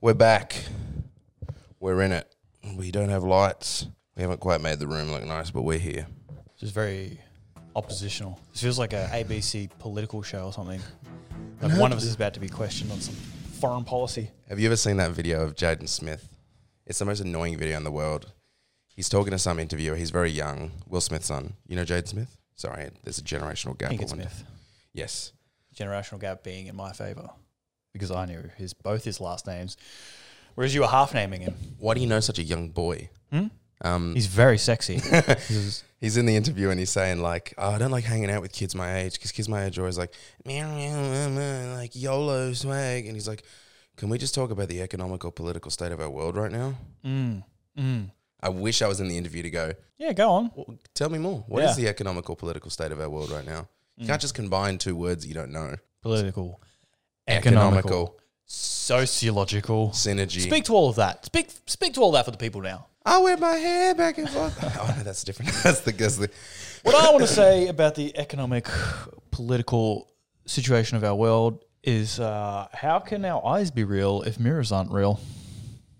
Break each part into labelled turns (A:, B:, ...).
A: We're back. We're in it. We don't have lights. We haven't quite made the room look nice, but we're here.
B: Just very oppositional. This feels like a ABC political show or something. Like one of us is about to be questioned on some foreign policy.
A: Have you ever seen that video of Jaden Smith? It's the most annoying video in the world. He's talking to some interviewer. He's very young. Will Smith's son. You know Jade Smith? Sorry, there's a generational gap.
B: Pinkett
A: I wonder.
B: Smith.
A: Yes.
B: Generational gap being in my favor because I knew his both his last names, whereas you were half naming him.
A: Why do you know such a young boy?
B: Hmm?
A: Um,
B: He's very sexy.
A: he's in the interview and he's saying like, oh, I don't like hanging out with kids my age because kids my age are always like, meow, meow, meow, meow, like YOLO swag, and he's like, can we just talk about the economic or political state of our world right now?
B: mm, mm.
A: I wish I was in the interview to go.
B: Yeah, go on.
A: Well, tell me more. What is
B: Yeah. Mm.
A: the economic or political state of our world right now? You can't just combine two words you don't know.
B: Political, economical,
A: Economical
B: sociological.
A: synergy.
B: Speak to all of that. Speak speak to all that for the people now.
A: I wear my hair back and forth. oh no, that's different. That's the that's the.
B: What I want to say about the economic, political situation of our world is uh, how can our eyes be real if mirrors aren't real?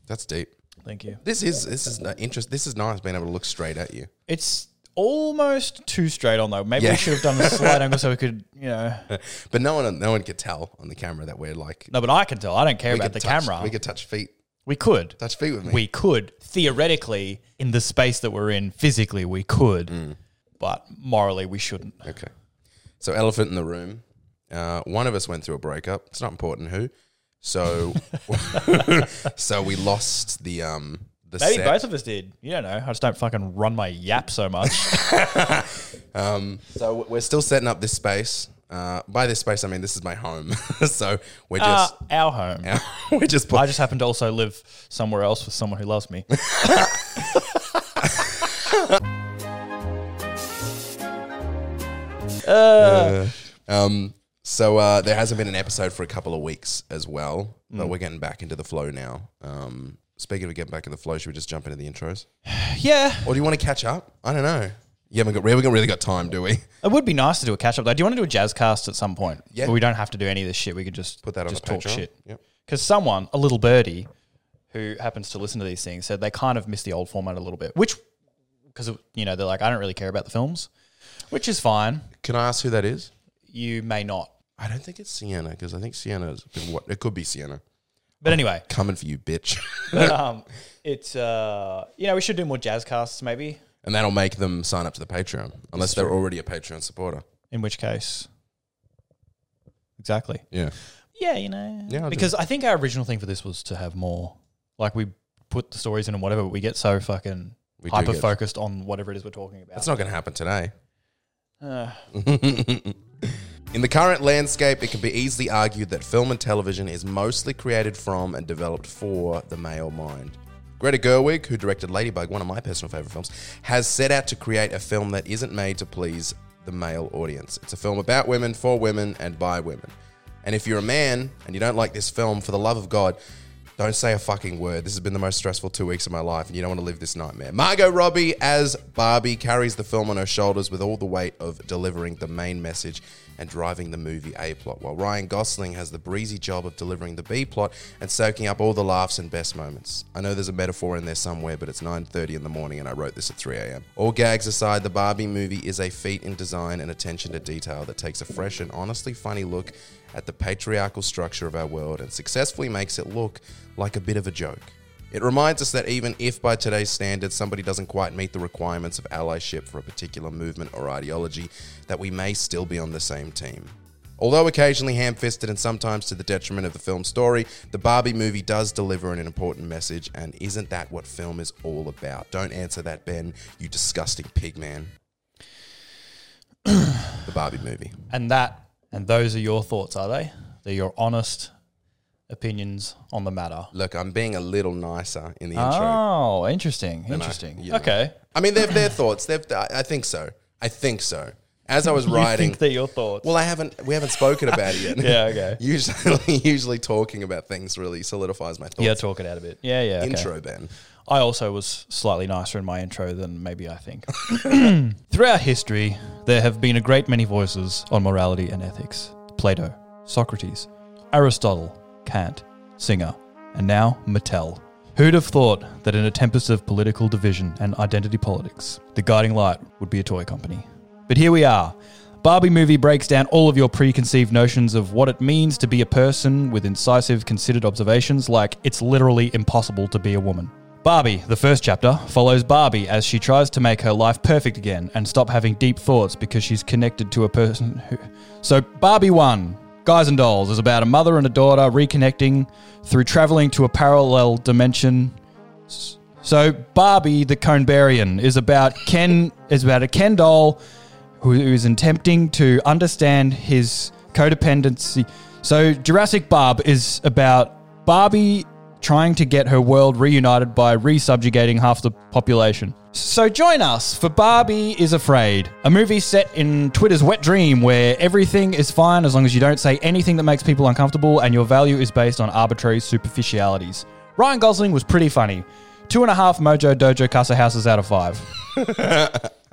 A: That's deep.
B: Thank you.
A: This is this is not interest. This is nice being able to look straight at you.
B: It's almost too straight on though. Maybe
A: Yeah.
B: we should have done a slight angle so we could, you know.
A: But no one no one could tell on the camera that we're like
B: No, but I can tell. I don't care
A: we
B: about the
A: could touch-
B: camera.
A: We could touch feet.
B: we could.
A: Touch feet with me.
B: We could theoretically in the space that we're in physically we could.
A: Mm.
B: But morally we shouldn't.
A: Okay. So elephant in the room. Uh, one of us went through a breakup. It's not important who. So so we lost the um the
B: Maybe
A: set.
B: both of us did. You don't know. I just don't fucking run my yap so much.
A: Um, so we're still setting up this space. Uh, by this space, I mean this is my home. so we're
B: Uh,
A: just
B: our home.
A: we're just put-
B: I just happen to also live somewhere else with someone who loves me. Uh,
A: um. So uh, there hasn't been an episode for a couple of weeks as well,
B: Hmm.
A: but we're getting back into the flow now. Um, speaking of getting back in the flow, should we just jump into the intros,
B: yeah,
A: or do you want to catch up? I don't know. You haven't got we haven't really got time, do we?
B: it would be nice to do a catch up though. Do you want to do a jazz cast at some point?
A: Yeah.
B: Where we don't have to do any of this shit. We could just
A: Put that on
B: just
A: the
B: talk
A: Patreon.
B: shit.
A: Yep.
B: Because someone, a little birdie, who happens to listen to these things, said they kind of miss the old format a little bit. Which, because you know, they're like, I don't really care about the films, which is fine.
A: Can I ask who that is?
B: You may not,
A: I don't think it's Sienna because I think Sienna's been what it could be Sienna
B: but anyway,
A: coming for you, bitch,
B: but, um, it's uh, you know, we should do more jazz casts maybe.
A: and that'll make them sign up to the Patreon unless they're already a Patreon supporter.
B: In which case, exactly.
A: Yeah.
B: Yeah, you know.
A: Yeah, I'll do
B: because I think our original thing for this was to have more. Like we put the stories in and whatever, but we get so fucking
A: We do
B: hyper
A: get-
B: focused on whatever it is we're talking about.
A: That's not going to happen today.
B: Uh,
A: In the current landscape, it can be easily argued that film and television is mostly created from and developed for the male mind. Greta Gerwig, who directed Ladybug, one of my personal favorite films, has set out to create a film that isn't made to please the male audience. It's a film about women, for women, and by women. And if you're a man and you don't like this film, for the love of God, don't say a fucking word. This has been the most stressful two weeks of my life, and you don't want to live this nightmare. Margot Robbie, as Barbie, carries the film on her shoulders with all the weight of delivering the main message and driving the movie A plot, while Ryan Gosling has the breezy job of delivering the B plot and soaking up all the laughs and best moments. I know there's a metaphor in there somewhere, but it's 9:30 in the morning, and I wrote this at 3 a.m. All gags aside, the Barbie movie is a feat in design and attention to detail that takes a fresh and honestly funny look at the patriarchal structure of our world and successfully makes it look like a bit of a joke. It reminds us that even if by today's standards somebody doesn't quite meet the requirements of allyship for a particular movement or ideology, that we may still be on the same team. Although occasionally ham fisted and sometimes to the detriment of the film's story, the Barbie movie does deliver an important message, and isn't that what film is all about? Don't answer that, Ben, you disgusting pig man. the Barbie movie.
B: and that, and those are your thoughts, are they? They're your honest opinions on the matter.
A: Look, I'm being a little nicer in the intro.
B: Oh, interesting, interesting.
A: you know.
B: okay,
A: I mean, they've their thoughts. They've, I I think so. I think so. As I was
B: I
A: writing,
B: think they're your thoughts.
A: well, I haven't. We haven't spoken about it yet.
B: Yeah, okay.
A: Usually, usually talking about things really solidifies my thoughts.
B: yeah, talk it out a bit. Yeah, yeah. okay.
A: Intro, Ben.
B: I also was slightly nicer in my intro than maybe I think. Throughout history, there have been a great many voices on morality and ethics Plato, Socrates, Aristotle, Kant, Singer, And now, Mattel. Who'd have thought that in a tempest of political division and identity politics, the guiding light would be a toy company? But here we are. Barbie movie breaks down all of your preconceived notions of what it means to be a person with incisive, considered observations like it's literally impossible to be a woman. Barbie, the first chapter, follows Barbie as she tries to make her life perfect again and stop having deep thoughts because she's connected to a person who. So, Barbie 1, Guys and Dolls, is about a mother and a daughter reconnecting through traveling to a parallel dimension so Barbie the Conebarian is about Ken is about a Ken doll who is attempting to understand his codependency. So Jurassic Barb is about Barbie trying to get her world reunited by resubjugating half the population. So join us for Barbie is Afraid, a movie set in Twitter's wet dream where everything is fine as long as you don't say anything that makes people uncomfortable and your value is based on arbitrary superficialities. Ryan Gosling was pretty funny. Two and a half Mojo Dojo Casa houses out of five.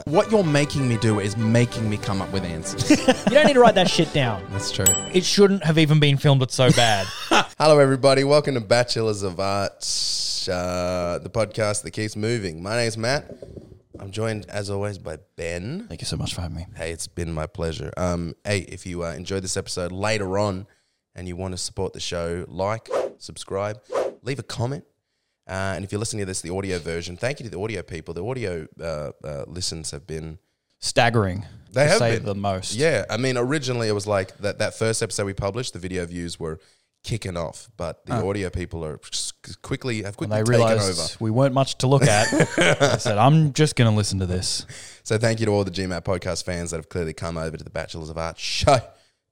A: What you're making me do is making me come up with answers.
C: You don't need to write that shit down.
A: That's true.
C: It shouldn't have even been filmed. It's so bad.
A: Hello, everybody. Welcome to Bachelors of Art, uh, the podcast that keeps moving. My name's Matt. I'm joined, as always, by Ben.
B: Thank you so much for having me.
A: Hey, it's been my pleasure. Um, hey, if you uh, enjoyed this episode later on and you want to support the show, like, subscribe, leave a comment. Uh, and if you're listening to this, the audio version, thank you to the audio people. The audio uh, uh, listens have been
B: Staggering.
A: They
B: to
A: have
B: say
A: been.
B: the most.
A: Yeah, I mean, originally it was like that. That first episode we published, the video views were kicking off, but the audio people are just quickly have
B: And
A: quickly
B: they
A: taken
B: realized
A: over.
B: we weren't much to look at. I said, I'm just going to listen to this.
A: So thank you to all the GMAT podcast fans that have clearly come over to the Bachelors of Art show.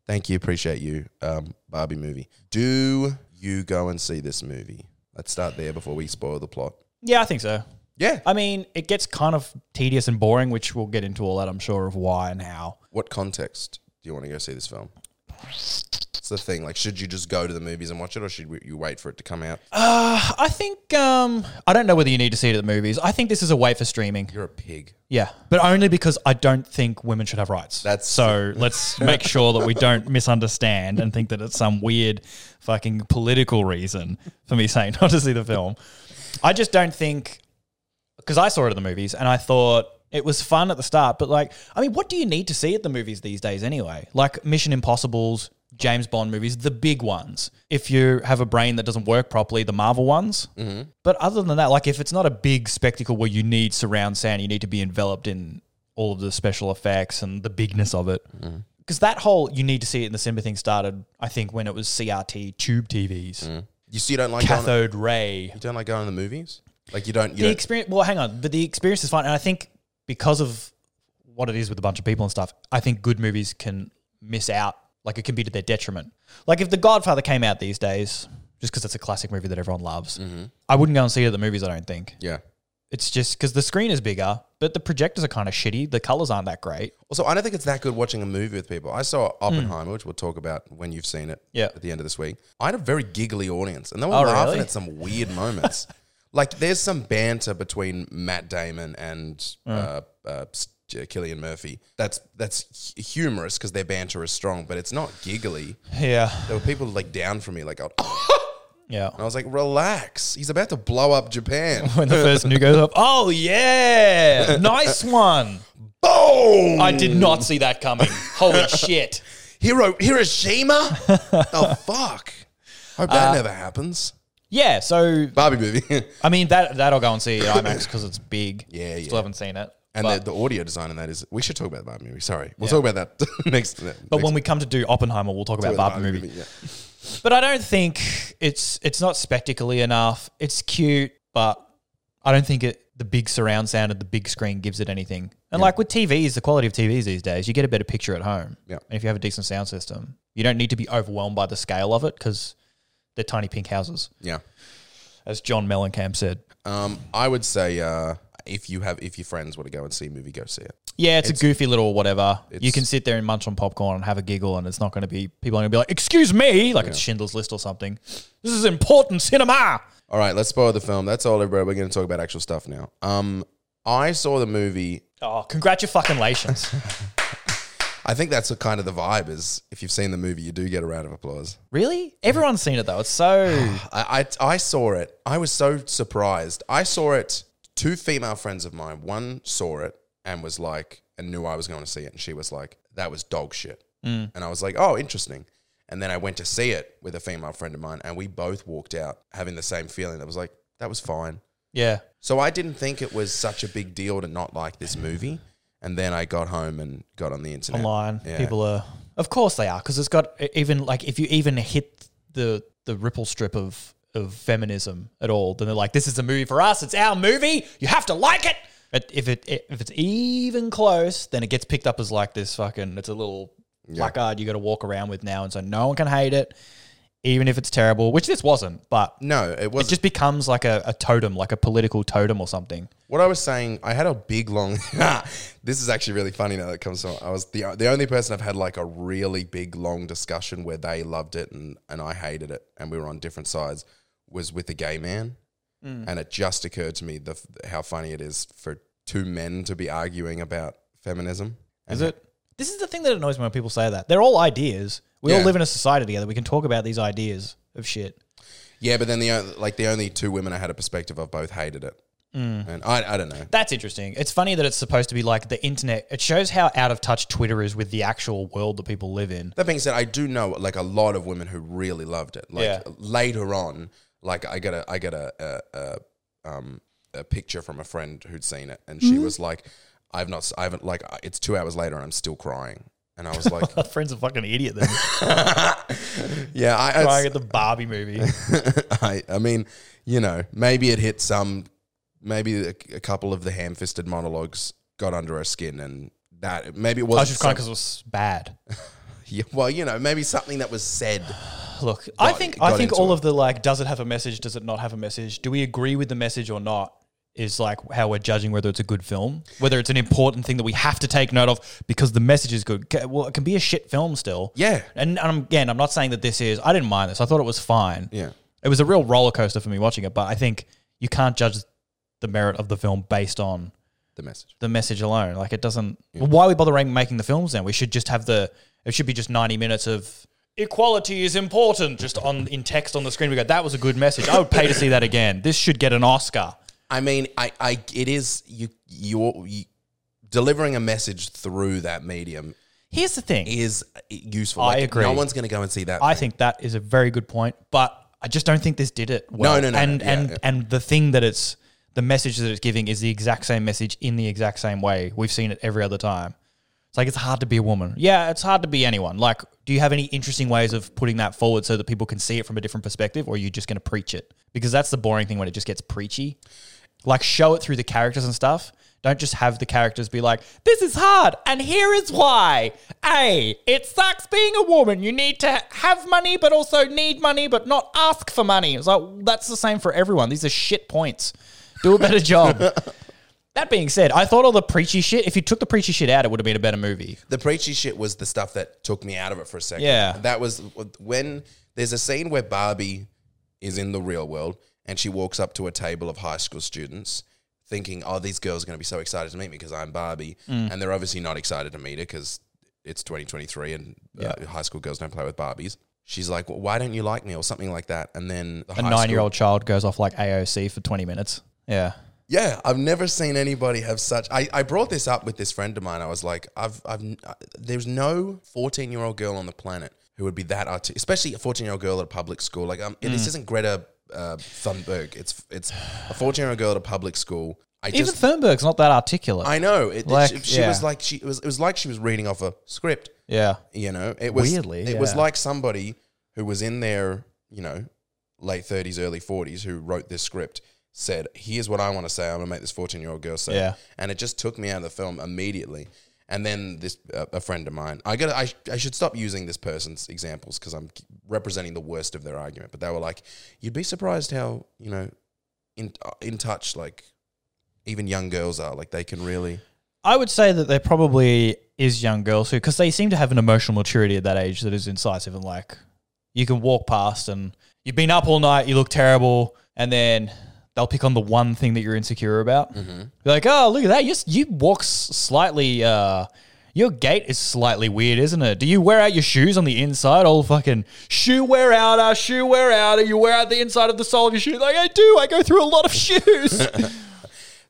A: Thank you, appreciate you, um, Barbie movie. Do you go and see this movie? Let's start there before we spoil the plot.
B: Yeah, I think so.
A: Yeah.
B: I mean, it gets kind of tedious and boring, which we'll get into all that, I'm sure, of why and how.
A: What context do you want to go see this film? It's the thing. Like, should you just go to the movies and watch it, or should we- you wait for it to come out?
B: I think, um, I don't know whether you need to see it at the movies. I think this is a way for streaming.
A: You're a pig.
B: Yeah. But only because I don't think women should have rights.
A: That's-
B: so let's make sure that we don't misunderstand and think that it's some weird fucking political reason for me saying not to see the film. I just don't think because I saw it at the movies and I thought it was fun at the start, but like I mean, what do you need to see at the movies these days anyway? Like Mission Impossible's James Bond movies, the big ones. If you have a brain that doesn't work properly, the Marvel ones. But other than that, like if it's not a big spectacle where you need surround sound, you need to be enveloped in all of the special effects and the bigness of it. Because that whole you need to see it in the cinema thing started, I think, when it was CRT tube TVs,
A: You see, you don't like going to,
B: cathode ray.
A: you don't like going to the movies. Like, you don't. You
B: The
A: don't
B: experience. Well, hang on, but the experience is fine, and I think because of what it is with a bunch of people and stuff, I think good movies can miss out. Like it can be to their detriment. Like if The Godfather came out these days, just because it's a classic movie that everyone loves, I wouldn't go and see it at the movies. I don't think
A: yeah.
B: it's just because the screen is bigger, but the projectors are kind of shitty. The colors aren't that great.
A: Also, I don't think it's that good watching a movie with people. I saw Oppenheimer, which we'll talk about when you've seen it
B: Hmm. Yeah.
A: at the end of this week. I had a very giggly audience, and they were
B: Oh,
A: laughing
B: really?
A: at some weird moments. like, there's some banter between Matt Damon and
B: Hmm.
A: uh, uh, S- uh, Killian Murphy. That's that's hu- humorous because their banter is strong, but it's not giggly.
B: Yeah,
A: There were people like down for me, like, going, and
B: yeah.
A: I was like, relax. He's about to blow up Japan.
B: When the first new goes up, oh yeah, nice one.
A: Boom!
B: I did
A: Mm.
B: not see that coming. Holy shit.
A: Hiro- Hiroshima? oh, fuck. Hope
B: Uh,
A: that never happens.
B: Yeah, so
A: Barbie movie.
B: I mean that that'll go and see at IMAX because it's big.
A: Yeah,
B: Still
A: yeah.
B: haven't seen it.
A: And
B: but,
A: the, the audio design in that is. We should talk about the Barbie movie. Sorry, we'll talk about that next.
B: but when we come to do Oppenheimer, we'll talk about Barbie movie. But I don't think it's it's not spectacularly enough. It's cute, but I don't think it the big surround sound of the big screen gives it anything. And like with TVs, the quality of TVs these days, you get a better picture at home.
A: Yeah.
B: And if you have a decent sound system, you don't need to be overwhelmed by the scale of it because they're tiny pink houses,
A: yeah,
B: as John Mellencamp said.
A: yeah. Um, I would say uh, if you have if your friends want to go and see a movie, go see it.
B: Yeah, it's, a goofy little whatever. You
A: it's-
B: can sit there and munch on popcorn and have a giggle, and it's not going to be people are going to be like, "Excuse me," like it's Schindler's List or something. This is important cinema.
A: All right, let's spoil the film. That's all, everybody. We're going to talk about actual stuff now. Um, I saw the movie.
B: Oh, congratulations!
A: I think that's a kind of the vibe is if you've seen the movie, you do get a round of applause.
B: Really? Everyone's seen it though. It's so
A: I, I, I saw it. I was so surprised. I saw it. Two female friends of mine. One saw it and was like, and knew I was going to see it, and she was like, "That was dog shit." And I was like, "Oh, interesting." And then I went to see it with a female friend of mine, and we both walked out having the same feeling. That was like, "That was fine."
D: Yeah.
A: So I didn't think it was such a big deal to not like this movie. And then I got home and got on the internet.
D: Online.
A: Yeah.
D: People are.
B: Of course they are, because it's got e, even like if you even hit the the ripple strip of of feminism at all, then they're like, "This is a movie for us. It's our movie. You have to like it." But if it if it's even close, then it gets picked up as like this fucking. It's a little placard you got to walk around with now, and so no one can hate it, even if it's terrible, which this wasn't. But
A: No, it
B: it
A: wasn't.
B: just becomes like a, a totem, like a political totem or something.
A: What I was saying, I had a big long. this is actually really funny now that it comes from. I was the the only person I've had like a really big long discussion where they loved it and and I hated it, and we were on different sides. Was with a gay man, and it just occurred to me the f- how funny it is for two men to be arguing about feminism.
B: Is it? This is the thing that annoys me when people say that. They're all ideas. We all
A: Yeah.
B: live in a society together. We can talk about these ideas of shit.
A: Yeah, but then the o- like the only two women I had a perspective of both hated it, and I I don't know.
B: That's interesting. It's funny that it's supposed to be like the internet. It shows how out of touch Twitter is with the actual world that people live in.
A: That being said, I do know like a lot of women who really loved it. Like
B: Yeah.
A: later on, like I got a I got a, a, a um a picture from a friend who'd seen it, and she was like, "I've not, s- I haven't like I- it's two hours later and I'm still crying." And I was like,
B: My friend's a fucking idiot then.
A: "Yeah, I, it's-
B: Crying at the Barbie movie.
A: I, I mean, you know, maybe it hit some, maybe a, a couple of the ham-fisted monologues got under her skin, and that maybe it
B: I
A: wasn't
B: was just
A: some-
B: crying because it was bad.
A: Yeah, well, you know, maybe something that was said."
B: Look, I
A: Got-
B: think
A: got
B: I think
A: into
B: all
A: it.
B: of the like, does it have a message? Does it not have a message? Do we agree with the message or not? Is like how we're judging whether it's a good film, whether it's an important thing that we have to take note of because the message is good. Ca- Well, it can be a shit film still.
A: Yeah.
B: and, and I'm, again, I'm not saying that this is. I didn't mind this. I thought it was fine.
A: Yeah.
B: it was a real roller coaster for me watching it. But I think you can't judge the merit of the film based on
A: The message.
B: the message alone. Like it doesn't. Why are we bothering making the films then? We should just have the. It should be just ninety minutes of equality is important, just on in text on the screen. We go, that was a good message. I would pay to see that again. This should get an Oscar.
A: I mean, I, I, it is you, you, you delivering a message through that medium
B: Here's the thing.
A: is useful.
B: I agree.
A: No one's going to go and see that.
B: I
A: thing.
B: think that is a very good point, but I just don't think this did it well.
A: No, no, no, no.
B: And
A: Yeah,
B: and
A: yeah.
B: and the thing that it's the message that it's giving is the exact same message in the exact same way. We've seen it every other time. It's like it's hard to be a woman. Yeah, it's hard to be anyone. Like, do you have any interesting ways of putting that forward so that people can see it from a different perspective, or are you just going to preach it? Because that's the boring thing when it just gets preachy. Like, show it through the characters and stuff. Don't just have the characters be like, "This is hard, and here is why." A, it sucks being a woman. You need to have money, but also need money, but not ask for money. It's like that's the same for everyone. These are shit points. Do a better job. That being said, I thought all the preachy shit, if you took the preachy shit out, it would have been a better movie.
A: the preachy shit was the stuff that took me out of it for a second.
B: Yeah.
A: that was when there's a scene where Barbie is in the real world and she walks up to a table of high school students. Thinking, oh, these girls are going to be so excited to meet me because I'm Barbie,
B: Mm.
A: and they're obviously not excited to meet her because it's 2023 and uh, high school girls don't play with Barbies. She's like, well, why don't you like me or something like that? And then the
B: A nine year old child goes off like AOC for 20 minutes. Yeah.
A: Yeah, I've never seen anybody have such. I, I brought this up with this friend of mine. I was like, I've, I've, uh, there's no 14 year old girl on the planet who would be that artistic, especially a 14 year old girl at a public school. Like, um,
B: Mm.
A: this isn't Greta uh, Thunberg. It's, it's a 14 year old girl at a public school. I
B: Even
A: just,
B: Thunberg's not that articulate.
A: I know. It,
B: Like,
A: she she
B: yeah.
A: was like, she it was, it was like she was reading off a script.
B: yeah.
A: You know, it was
B: Weirdly,
A: It was
B: yeah.
A: like somebody who was in their, you know, late thirties, early forties, who wrote this script said, "Here's what I want to say. I'm gonna make this 14 year old girl say." it."
B: Yeah.
A: and it just took me out of the film immediately. And then this uh, a friend of mine, I got I, sh- I should stop using this person's examples because I'm representing the worst of their argument. But they were like, "You'd be surprised how you know in uh, in touch like." Even young girls are like they can really.
B: I would say that there probably is young girls who, because they seem to have an emotional maturity at that age that is incisive and like you can walk past and you've been up all night, you look terrible, and then they'll pick on the one thing that you're insecure about. Be like, oh, look at that, you you walk s- slightly uh, Your gait is slightly weird, isn't it? Do you wear out your shoes on the inside? All fucking shoe wear out, uh, shoe wear out, and you wear out the inside of the sole of your shoe. Like I do, I go through a lot of shoes.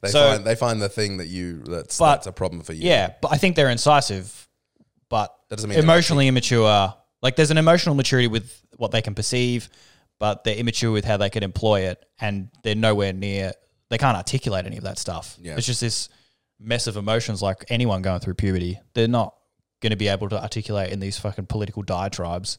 A: They
B: So-
A: find they find the thing that you that's
B: But-
A: that's a problem for you.
B: yeah, but I think they're incisive, but
A: That doesn't mean they're
B: emotionally immature. Like there's an emotional maturity with what they can perceive, but they're immature with how they can employ it, and they're nowhere near. They can't articulate any of that stuff.
A: Yeah.
B: It's just this mess of emotions. Like anyone going through puberty, they're not going to be able to articulate in these fucking political diatribes.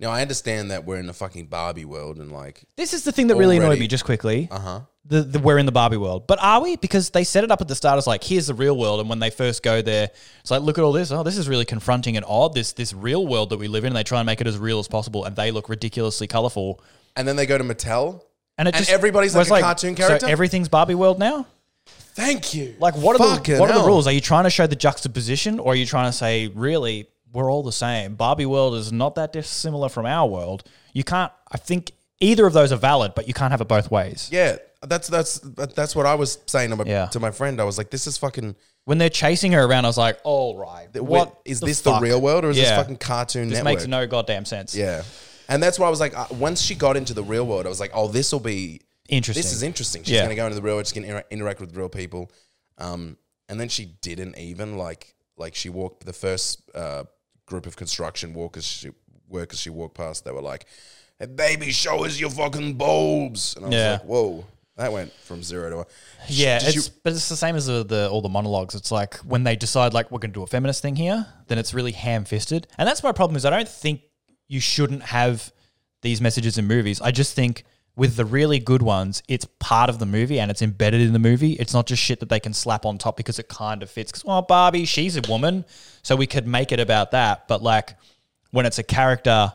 A: Now I understand that we're in a fucking Barbie world and like
B: This is the thing that really annoyed
A: Already.
B: me. Just quickly,
A: uh huh.
B: the, the we're in the Barbie world, but are we? Because they set it up at the start as like, here's the real world, and when they first go there, it's like, look at all this. Oh, this is really confronting and odd. This this real world that we live in, and they try and make it as real as possible, and they look ridiculously colorful.
A: And then they go to Mattel.
B: And it
A: And
B: just,
A: everybody's
B: where
A: like
B: it's
A: a cartoon character?
B: So everything's Barbie world now.
A: Thank you.
B: Like, what are
A: Fucking
B: the what are
A: hell.
B: the rules? Are you trying to show the juxtaposition, or are you trying to say really we're all the same? Barbie world is not that dissimilar from our world. You can't. I think either of those are valid, but you can't have it both ways.
A: Yeah, that's that's that- that's what I was saying to my,
B: Yeah.
A: to my friend. I was like, this is fucking.
B: When they're chasing her around, I was like, all right,
A: What
B: what
A: is this? The real world or is this
B: Yeah.
A: fucking cartoon
B: This
A: network?
B: makes no goddamn sense.
A: yeah, and that's why I was like, uh, once she got into the real world, I was like, oh, this will be
B: Interesting.
A: This is interesting. She's
B: Yeah.
A: going to go into the real world. She's going to interact with real people. Um, and then she didn't even like like she walked the first uh, group of construction workers she, workers she walked past. They were like, hey, "Baby, show us your fucking bulbs." And I was
B: Yeah.
A: like, "Whoa." That went from zero to one.
B: yeah.
A: Did you-
B: It's, but it's the same as the, the all the monologues. It's like when they decide like we're going to do a feminist thing here, then it's really ham fisted, and that's my problem is I don't think you shouldn't have these messages in movies. I just think with the really good ones, it's part of the movie and it's embedded in the movie. It's not just shit that they can slap on top because it kind of fits. Because well, Barbie, she's a woman, so we could make it about that. But like when it's a character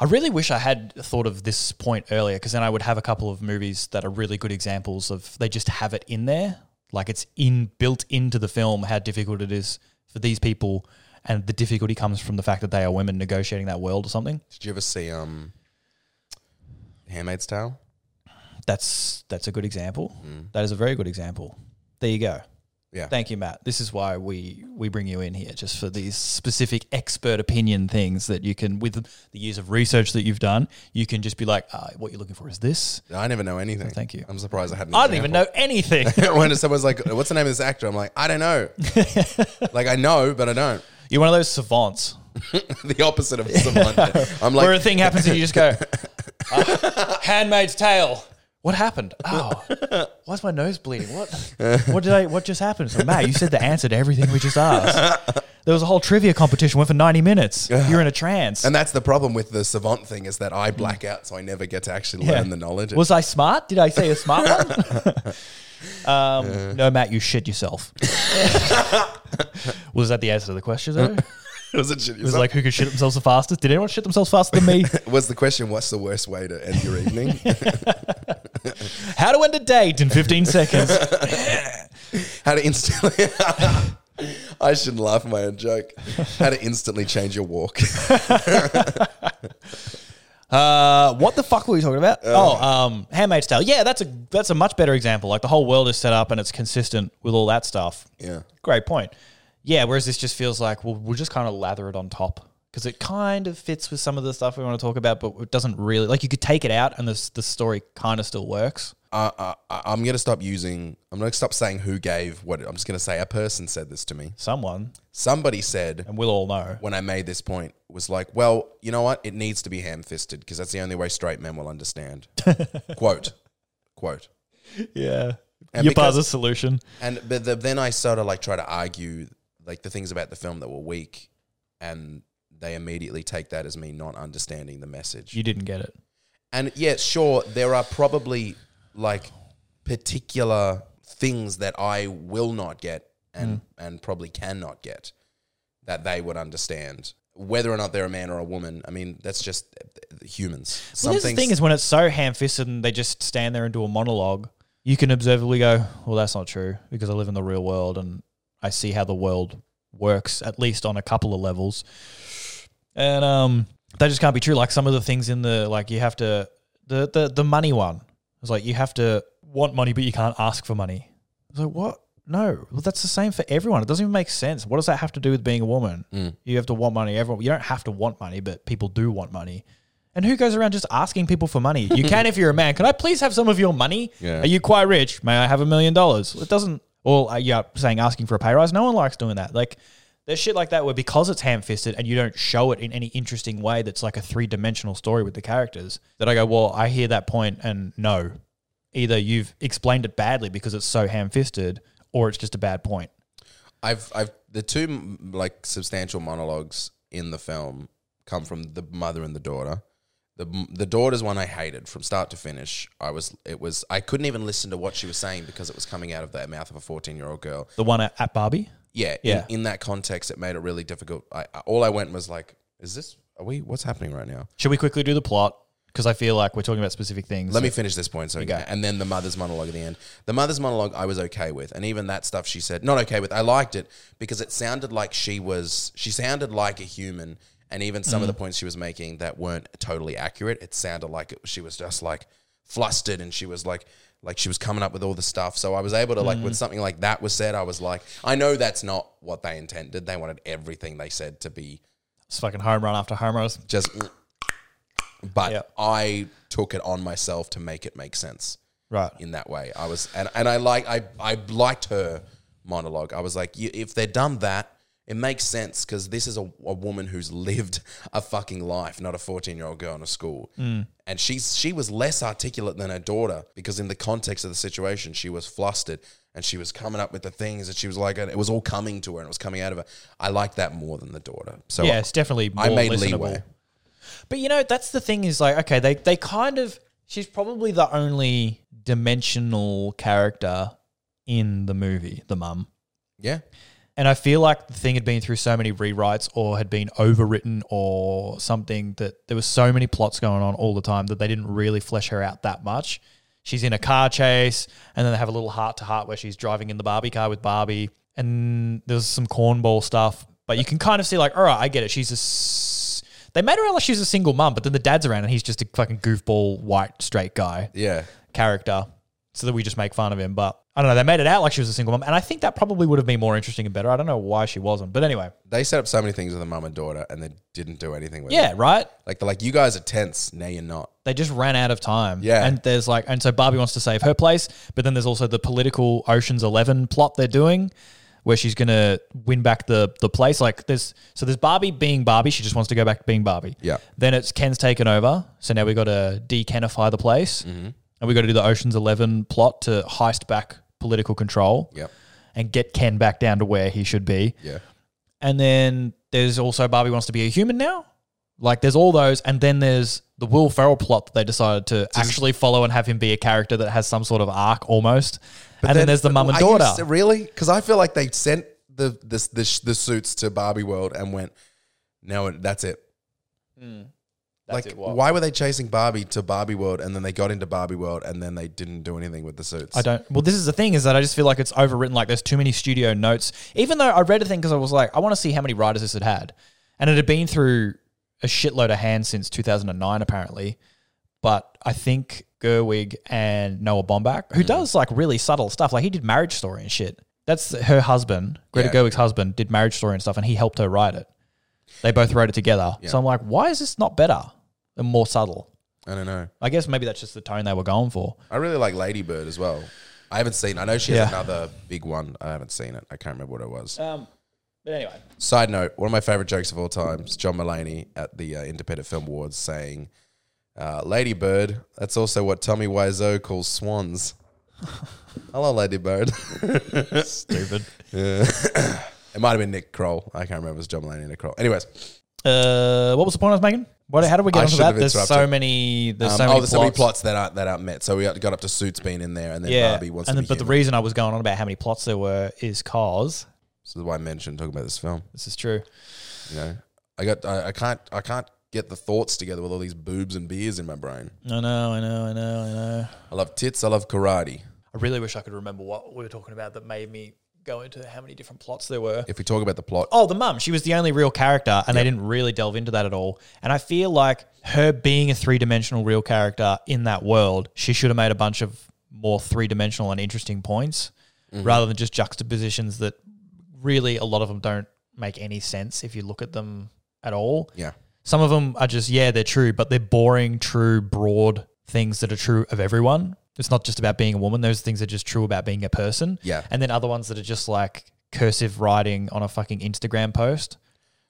B: I really wish I had thought of this point earlier because then I would have a couple of movies that are really good examples of they just have it in there. Like it's in built into the film how difficult it is for these people and the difficulty comes from the fact that they are women negotiating that world or something.
A: Did you ever see um, Handmaid's Tale?
B: That's that's a good example. That is a very good example. There you go.
A: Yeah.
B: Thank you, Matt. This is why we we bring you in here just for these specific expert opinion things that you can with the years of research that you've done, you can just be like, uh, what you're looking for is this.
A: I never know anything.
B: Thank you.
A: I'm surprised I hadn't.
B: I don't even know anything.
A: when someone's like, "What's the name of this actor?" I'm like, "I don't know." like I know, but I don't.
B: You're one of those savants
A: the opposite of someone. I'm
B: where a
A: like,
B: thing happens and you just go, "Ah, "Handmaid's Tale." What happened? Oh, why's my nose bleeding? What? What did I? What just happened? So, Matt, you said the answer to everything we just asked. There was a whole trivia competition. Went for ninety minutes. You're in a trance.
A: and that's the problem with the savant thing is that I black out, so I never get to actually
B: Yeah.
A: learn the knowledge.
B: Was I smart? Did I say a smart one? um, no, Matt, you shit yourself. was that the answer to the question? Though? It
A: was it shit
B: was
A: yourself?
B: like who could shit themselves the fastest? Did anyone shit themselves faster than me?
A: was the question, what's the worst way to end your evening?
B: How to end a date in fifteen seconds?
A: How to instantly. I should laugh at my own joke. How to instantly change your walk.
B: Uh, what the fuck were we talking
A: Uh.
B: about? oh, um, Handmaid's Tale. Yeah, that's a that's a much better example. Like the whole world is set up and it's consistent with all that stuff.
A: Yeah.
B: Great point. Yeah, whereas this just feels like well, we'll just kind of lather it on top because it kind of fits with some of the stuff we want to talk about, but it doesn't really. Like you could take it out and the the story kind of still works.
A: Uh, uh, I- I'm going to stop using, I'm going to stop saying who gave what. I'm just going to say a person said this to me.
B: Someone
A: Somebody said,
B: and we'll all know.
A: when I made this point was like, well, you know what? It needs to be ham fisted because that's the only way straight men will understand. quote, quote.
B: Yeah,
A: And
B: your
A: because-
B: buzz is solution.
A: And but the, then I sort of like try to argue like the things about the film that were weak, and they immediately take that as me not understanding the message.
B: You didn't get it.
A: And yeah, sure, there are probably like particular things that I will not get
B: Mm.
A: and and probably cannot get that they would understand. Whether or not they're a man or a woman, I mean, that's just uh, th- humans.
B: Well, here's the
A: things-
B: thing is when it's so ham-fisted and they just stand there and do a monologue, you can observably go, "Well, that's not true because I live in the real world and I see how the world works at least on a couple of levels." And um, that just can't be true. Like some of the things in the like you have to the the the money one. It's like you have to want money, but you can't ask for money. It's like what? No, well, that's the same for everyone. It doesn't even make sense. What does that have to do with being a woman? You have to want money. Everyone, you don't have to want money, but people do want money. And who goes around just asking people for money? You can if you're a man. Can I please have some of your money?
A: Yeah.
B: Are you quite rich? May I have a million dollars? It doesn't. Or uh, yeah, saying asking for a pay rise. No one likes doing that. Like there's shit like that where because it's ham fisted and you don't show it in any interesting way that's like a three dimensional story with the characters. That I go, well, I hear that point and no, either you've explained it badly because it's so ham fisted, or it's just a bad point.
A: I've I've the two m- like substantial monologues in the film come from the mother and the daughter. The m- the daughter's one I hated from start to finish. I was it was I couldn't even listen to what she was saying because it was coming out of the mouth of a 14-year-old girl.
B: The one at, at Barbie.
A: Yeah, in-
B: Yeah.
A: In, that context it made it really difficult. I, I all I went was like is this are we what's happening right now?
B: Should we quickly do the plot? Because I feel like we're talking about specific things.
A: Let me finish this point. So, and then the mother's monologue at the end. The mother's monologue, I was okay with, and even that stuff she said, not okay with. I liked it because it sounded like she was. She sounded like a human, and even some of the points she was making that weren't totally accurate. It sounded like it, she was just like flustered, and she was like, like she was coming up with all the stuff. So I was able to like when something like that was said, I was like, I know that's not what they intended. They wanted everything they said to be
B: It's fucking home run after home run.
A: just but
B: Yeah.
A: I took it on myself to make it make sense
B: Right.
A: in that way. I was and, and I like I, I liked her monologue. I was like, "You- if they'd done that, it makes sense because this is a, a woman who's lived a fucking life, not a fourteen year old girl in a school.
B: Mm.
A: And she's she was less articulate than her daughter because in the context of the situation, she was flustered and she was coming up with the things and she was like, and it was all coming to her and it was coming out of her. I like that more than the daughter. So
B: Yeah, it's definitely more
A: I made
B: listenable.
A: leeway.
B: But you know, that's the thing is like, okay, they they kind of she's probably the only dimensional character in the movie, the mum.
A: Yeah.
B: And I feel like the thing had been through so many rewrites or had been overwritten or something that there was so many plots going on all the time that they didn't really flesh her out that much. She's in a car chase and then they have a little heart to heart where she's driving in the Barbie car with Barbie and there's some cornball stuff. But you can kind of see like, all right, I get it. She's a s- they made her out like she's a single mum, but then the dad's around and he's just a fucking goofball white straight guy
A: Yeah.
B: character so that we just make fun of him. But I don't know. They made it out like she was a single mom. And I think that probably would have been more interesting and better. I don't know why she wasn't. But anyway,
A: They set up so many things with the mum and daughter and they didn't do anything with it.
B: yeah, right?
A: Like they're like, you guys are tense. Now you're not.
B: They just ran out of time.
A: Yeah.
B: And there's like, and so Barbie wants to save her place. But then there's also the political Ocean's 11 plot they're doing where she's going to win back the, the place. Like there's, so there's Barbie being Barbie. She just wants to go back to being Barbie.
A: Yeah.
B: Then it's Ken's taken over. So now we got to decanify the place.
A: Mm-hmm.
B: And we got to do the Ocean's 11 plot to heist back political control.
A: Yep.
B: and get Ken back down to where he should be.
A: Yeah.
B: And then there's also Barbie wants to be a human now. Like there's all those, and then there's the Will Ferrell plot that they decided to actually follow and have him be a character that has some sort of arc almost. And then, there's the mum and
A: Are you
B: daughter.
A: se- really? Because I feel like they sent the this the, sh- the suits to Barbie World and went, no, that's it. like, why were they chasing Barbie to Barbie World and then they got into Barbie World and then they didn't do anything with the suits?
B: I don't. Well, this is the thing is that I just feel like it's overwritten. Like there's too many studio notes. Even though I read a thing because I was like, I want to see how many writers this had had, and it had been through a shitload of hands since 2009 apparently. But I think Gerwig and Noah Baumbach, who does like really subtle stuff, like he did Marriage Story and shit. That's her husband, Greta
A: Yeah.
B: Gerwig's husband, did Marriage Story and stuff, and he helped her write it. They both wrote it together. So I'm like, why is this not better and more subtle?
A: I don't know.
B: I guess maybe that's just the tone they were going for.
A: I really like Lady Bird as well. I haven't seen. I know she has
B: Yeah.
A: another big one. I haven't seen it. I can't remember what it was.
B: Um, but anyway,
A: Side note: One of my favorite jokes of all time is John Mulaney at the uh, Independent Film Awards saying, uh, "Lady Bird." That's also what Tommy Wiseau calls swans. Hello, Lady Bird.
B: stupid.
A: it might have been Nick Kroll. I can't remember. It was John Mulaney and Nick Kroll. Anyways,
B: Uh, what was the point I was making? What? How do we get
A: I
B: onto
A: should
B: that?
A: have
B: There's so
A: interrupted.
B: many. There's
A: um,
B: so
A: oh,
B: many.
A: there's
B: plots.
A: so many plots that aren't that aren't met. So we got got up to Suits being in there, and then
B: Yeah,
A: Barbie wants to
B: and then,
A: be
B: but the
A: human.
B: reason I was going on about how many plots there were is cause
A: this is why I mentioned talking about this film.
B: this is true.
A: You know, I got I, I can't I can't get the thoughts together with all these boobs and beers in my brain.
B: I know, I know, I know, I know.
A: I love tits. I love karate.
B: I really wish I could remember what we were talking about that made me go into how many different plots there were.
A: If we talk about the plot,
B: Oh, the mum. She was the only real character, and they didn't really delve into that at all. And I feel like her being a three dimensional real character in that world, she should have made a bunch of more three dimensional and interesting points. rather than just juxtapositions that really a lot of them don't make any sense if you look at them at all.
A: Yeah.
B: Some of them are just, yeah, they're true, but they're boring, true, broad things that are true of everyone. It's not just about being a woman. Those things are just true about being a person.
A: Yeah.
B: And then other ones that are just like cursive writing on a fucking Instagram post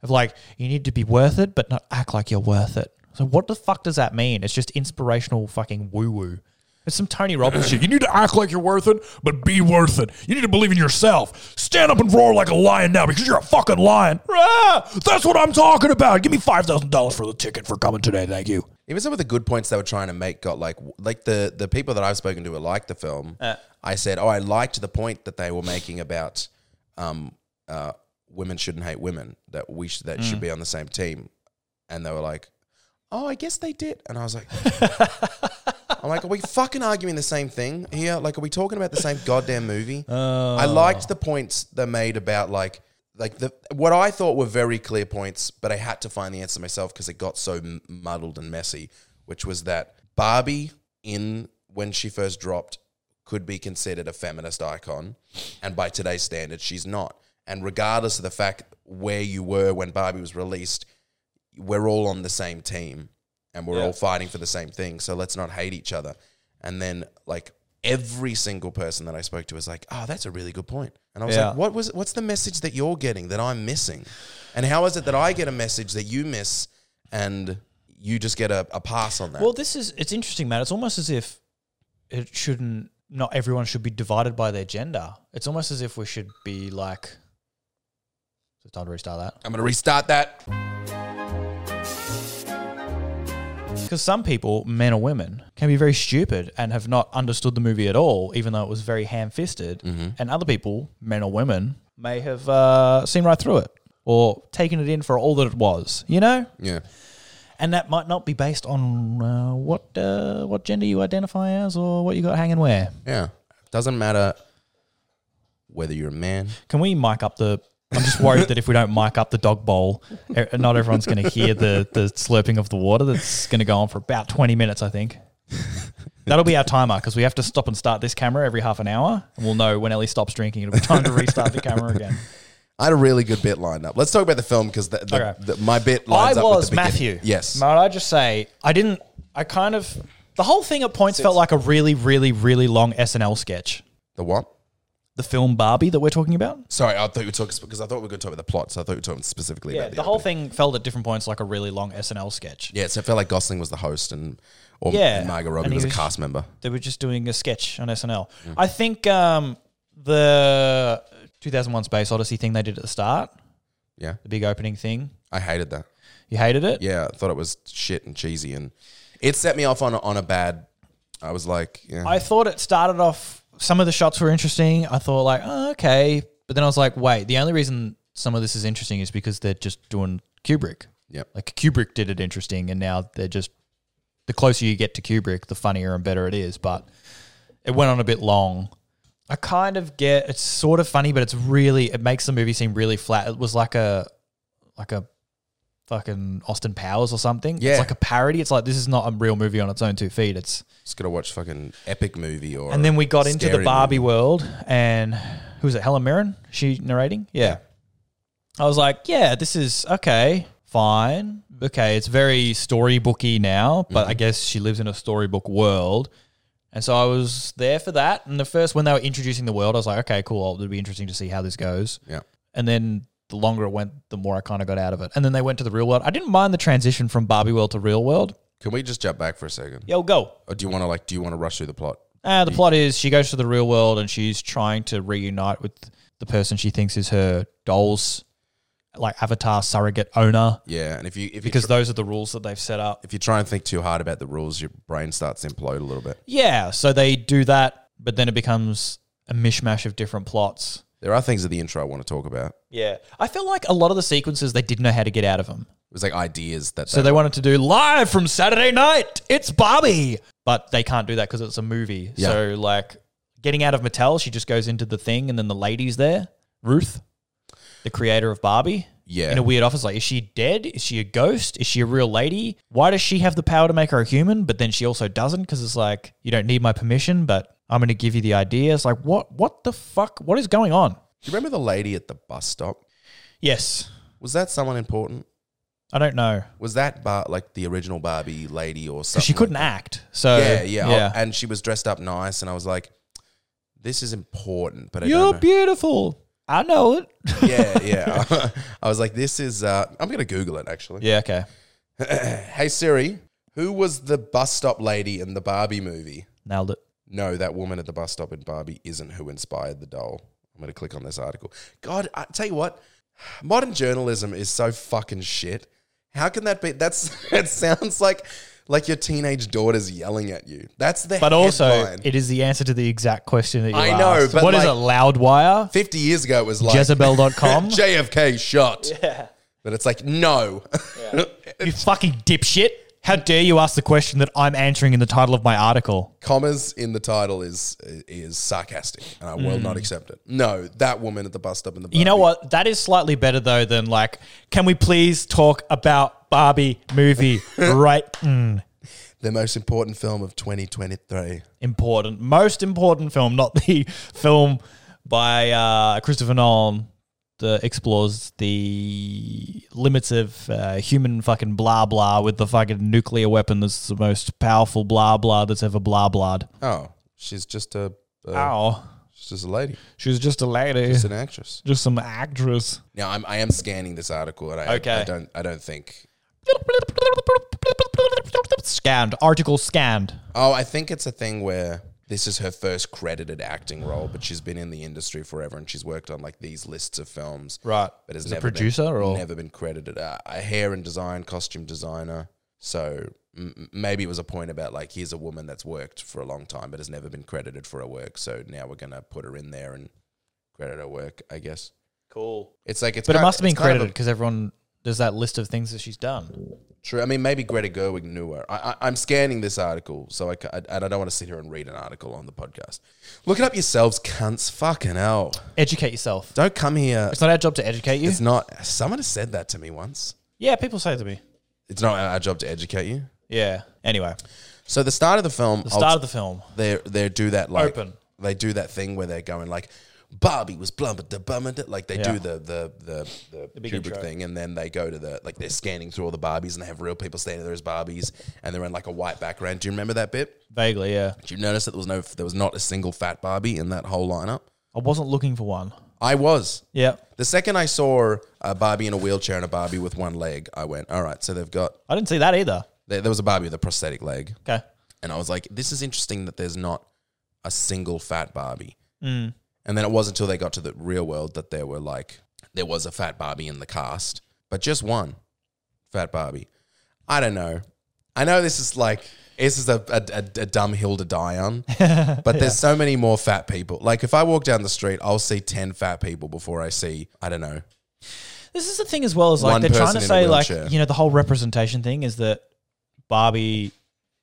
B: of like, you need to be worth it, but not act like you're worth it. So what the fuck does that mean? It's just inspirational fucking woo woo. It's some Tony Robbins shit.
E: You need to act like you're worth it, but be worth it. You need to believe in yourself. Stand up and roar like a lion now because you're a fucking lion. Rah! That's what I'm talking about. Give me $5,000 for the ticket for coming today. Thank you.
A: Even some of the good points they were trying to make got like like the the people that I've spoken to who liked the film. I said, oh, I liked the point that they were making about um, uh, women shouldn't hate women that we should, that should be on the same team, and they were like, oh, I guess they did, and I was like. I'm like, are we fucking arguing the same thing here? Like, are we talking about the same goddamn movie? I liked the points they made about like, like the what I thought were very clear points, but I had to find the answer myself because it got so m- muddled and messy. Which was that Barbie in when she first dropped could be considered a feminist icon, and by today's standards, she's not. And regardless of the fact where you were when Barbie was released, we're all on the same team and we're all fighting for the same thing. So let's not hate each other. And then like every single person that I spoke to was like, "Oh, that's a really good point." And I was
B: Yeah.
A: like, "What was what's the message that you're getting that I'm missing? And how is it that I get a message that you miss and you just get a, a pass on that?"
B: Well, this is it's interesting, man. It's almost as if it shouldn't not everyone should be divided by their gender. It's almost as if we should be like it's time to restart that.
A: I'm going to restart that.
B: Because some people, men or women, can be very stupid and have not understood the movie at all, even though it was very ham fisted. And other people, men or women, may have uh, seen right through it or taken it in for all that it was, you know?
A: Yeah.
B: And that might not be based on uh, what uh, what gender you identify as or what you got hanging where.
A: Yeah. Doesn't matter whether you're a man.
B: Can we mic up the? I'm just worried that if we don't mic up the dog bowl, e- not everyone's going to hear the the slurping of the water. That's going to go on for about 20 minutes, I think. That'll be our timer because we have to stop and start this camera every half an hour, and we'll know when Ellie stops drinking. It'll be time to restart the camera again.
A: I had a really good bit lined up. Let's talk about the film because the, the,
B: Okay.
A: the- my bit
B: I
A: lines up with
B: was
A: the beginning.
B: Matthew.
A: Yes.
B: Might I just say I didn't. I kind of the whole thing at points felt like a really, really, really long SNL sketch.
A: the what?
B: The film Barbie that we're talking about.
A: Sorry, I thought you were talking because I thought we were going to talk about the plot. So I thought you were talking specifically
B: Yeah,
A: about
B: the,
A: the,
B: whole
A: opening.
B: thing felt at different points like a really long SNL sketch.
A: Yeah, so it felt like Gosling was the host and or
B: Yeah,
A: and Margot
B: and
A: Robbie
B: he
A: was a
B: was-
A: cast member.
B: they were just doing a sketch on SNL. I think um, the 2001 Space Odyssey thing they did at the start,
A: Yeah,
B: the big opening thing,
A: I hated that.
B: you hated it.
A: Yeah, I thought it was shit and cheesy, and it set me off on a, on a bad. I was like, yeah,
B: I thought it started off. Some of the shots were interesting. I thought like, oh, okay, but then I was like, wait, the only reason some of this is interesting is because they're just doing Kubrick.
A: Yep.
B: like Kubrick did it interesting, and now they're just the closer you get to Kubrick, the funnier and better it is. But it went on a bit long. I kind of get it's sort of funny, but it's really it makes the movie seem really flat. It was like a like a fucking Austin Powers or something.
A: Yeah.
B: It's like a parody. It's like this is not a real movie on its own two feet. It's
A: just gotta watch fucking epic movie or.
B: and then we got into the
A: scary
B: Barbie
A: movie.
B: world, and who was it? Helen Mirren. She narrating. Yeah. I was like, yeah, this is okay, fine, okay. It's very storybooky now, but
A: Mm-hmm.
B: I guess she lives in a storybook world, and so I was there for that. And the first when they were introducing the world, I was like, okay, cool. It'll be interesting to see how this goes.
A: Yeah,
B: And then the longer it went, the more I kind of got out of it. And then they went to the real world. I didn't mind the transition from Barbie world to real world.
A: can we just jump back for a second?
B: Yo, go.
A: Or do you want to like? Do you want to rush through the plot?
B: Uh, the plot is she goes to the real world and she's trying to reunite with the person she thinks is her doll's like avatar surrogate owner
A: Yeah, and if you if
B: because
A: you tr-
B: those are the rules that they've set up.
A: if you try and think too hard about the rules, your brain starts to implode a little bit.
B: Yeah, so they do that, but then it becomes a mishmash of different plots.
A: There are things at the intro I want to talk about.
B: Yeah. I feel like a lot of the sequences they didn't know how to get out of them.
A: It was like ideas that
B: So they wanted to do live from Saturday night. It's Barbie, but they can't do that because it's a movie.
A: Yeah.
B: So like getting out of Mattel, she just goes into the thing, and then the lady's there, Ruth, the creator of Barbie.
A: Yeah.
B: in a weird office. Like, is she dead? Is she a ghost? Is she a real lady? Why does she have the power to make her a human? But then she also doesn't because it's like you don't need my permission, but I'm going to give you the ideas. Like, what? What the fuck? What is going on?
A: Do you remember the lady at the bus stop?
B: Yes,
A: Was that someone important?
B: I don't know
A: Was that bar like the original Barbie lady or something?
B: because she couldn't
A: like
B: act. So
A: that? Yeah, yeah,
B: yeah.
A: And she was dressed up nice, and I was like, "This is important," but I
B: You're
A: don't know.
B: beautiful. I know it.
A: yeah, yeah. I was like, "This is." Uh, I'm gonna Google it actually.
B: yeah. Okay.
A: Hey Siri, who was the bus stop lady in the Barbie movie?
B: Nailed it.
A: No, that woman at the bus stop in Barbie isn't who inspired the doll. I'm going to click on this article. God, I tell you what, modern journalism is so fucking shit. How can that be? That's it sounds like like your teenage daughter's yelling at you. That's the
B: But also,
A: headline.
B: it is the answer to the exact question that you
A: I
B: asked.
A: know, but
B: What is
A: like-
B: a loudwire?
A: fifty years ago it was like
B: Jezebel.com.
A: JFK shot. But it's like no.
B: you fucking dipshit. How dare you ask the question that I'm answering in the title of my article?
A: commas in the title is is sarcastic, and I will not accept it. No, that woman at the bus stop in the
B: Hmm. You know
A: Barbie-
B: what? That is slightly better though than like, can we please talk about Barbie movie? right. Mm.
A: the most important film of 2023.
B: Important. Most important film, not the film by uh, Christopher Nolan that explores the limits of uh, human fucking blah blah with the fucking nuclear weapon that's the most powerful blah blah that's ever blah blahed.
A: Oh, she's just a uh,
B: Ow.
A: she's just a lady.
B: She was just a lady.
A: She's an actress.
B: just some actress.
A: Now I'm I am scanning this article, and I,
B: Okay.
A: I don't I don't think.
B: Scanned. Article scanned.
A: Oh, I think it's a thing where this is her first credited acting role, but she's been in the industry forever, and she's worked on like these lists of films,
B: Right.
A: But has
B: As a
A: never been-
B: producer or-
A: never been credited. Uh, a hair and design, costume designer. So m- maybe it was a point about like here's a woman that's worked for a long time, but has never been credited for her work. So now we're gonna put her in there and credit her work, I guess.
B: Cool.
A: It's like it's
B: But it
A: kind-
B: must have been
A: it's kind of a-
B: credited because everyone there's that list of things that she's done.
A: True. I mean, maybe Greta Gerwig knew her. I, I, I'm scanning this article, so I, ca- I, and I don't want to sit here and read an article on the podcast. Look it up yourselves, cunts. Fucking hell.
B: Educate yourself.
A: Don't come here.
B: It's not our job to educate you.
A: It's not. Someone has said that to me once.
B: yeah, people say to me.
A: It's not our job to educate you.
B: Yeah. Anyway,
A: So the start of the film,
B: the start of the film.
A: they they do that like
B: Open.
A: they do that thing where they're going like Barbie was blumbered the bummer like they
B: Yeah.
A: do the the the the,
B: big
A: cubic
B: intro.
A: thing and then they go to the like they're scanning through all the Barbies and they have real people standing there as Barbies and they're in like a white background. Do you remember that bit?
B: Vaguely, yeah.
A: Did you notice that there was no, there was not a single fat Barbie in that whole lineup?
B: I wasn't looking for one.
A: I was.
B: Yeah.
A: The second I saw a Barbie in a wheelchair and a Barbie with one leg, I went, all right. So they've got
B: I didn't see that either.
A: there, there was a Barbie with a prosthetic leg,
B: Okay.
A: and I was like, this is interesting that there's not a single fat Barbie. And then it wasn't until they got to the real world that there were like there was a fat Barbie in the cast, but just one fat Barbie. I don't know. I know this is like this is a, a, a- a dumb hill to die on, but there's so many more fat people. Like if I walk down the street, I'll see ten fat people before I see I don't know.
B: This is the thing as well as like
A: One
B: they're trying to
A: person in a
B: say like
A: wheelchair.
B: you know the whole representation thing is that Barbie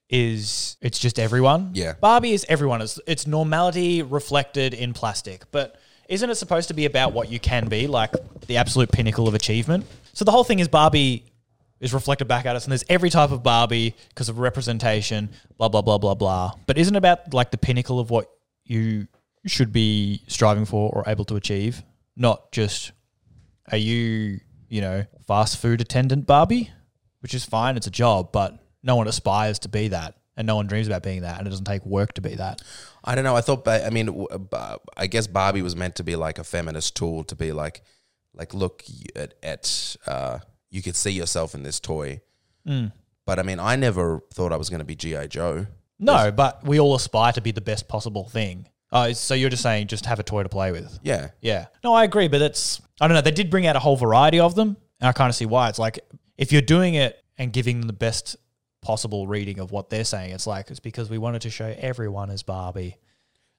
B: is it's just everyone.
A: Yeah.
B: Barbie is everyone. It's it's normality reflected in plastic. But isn't it supposed to be about what you can be, like the absolute pinnacle of achievement? So the whole thing is Barbie is reflected back at us and there's every type of Barbie because of representation, blah blah blah blah blah. But isn't it about like the pinnacle of what you should be striving for or able to achieve, not just are you, you know, fast food attendant Barbie? Which is fine, it's a job, but no one aspires to be that. And no one dreams about being that. And it doesn't take work to be that.
A: I don't know. I thought. Ba- I mean, w- ba- I guess Barbie was meant to be like a feminist tool to be like, like look y- at, at uh, you could see yourself in this toy.
B: Mm.
A: But I mean, I never thought I was going to be GI Joe.
B: No, but we all aspire to be the best possible thing. Uh, so you're just saying just have a toy to play with.
A: Yeah,
B: Yeah. No, I agree, but it's I don't know. They did bring out a whole variety of them, and I kind of see why. It's like if you're doing it and giving them the best possible reading of what they're saying, it's like it's because we wanted to show everyone as Barbie.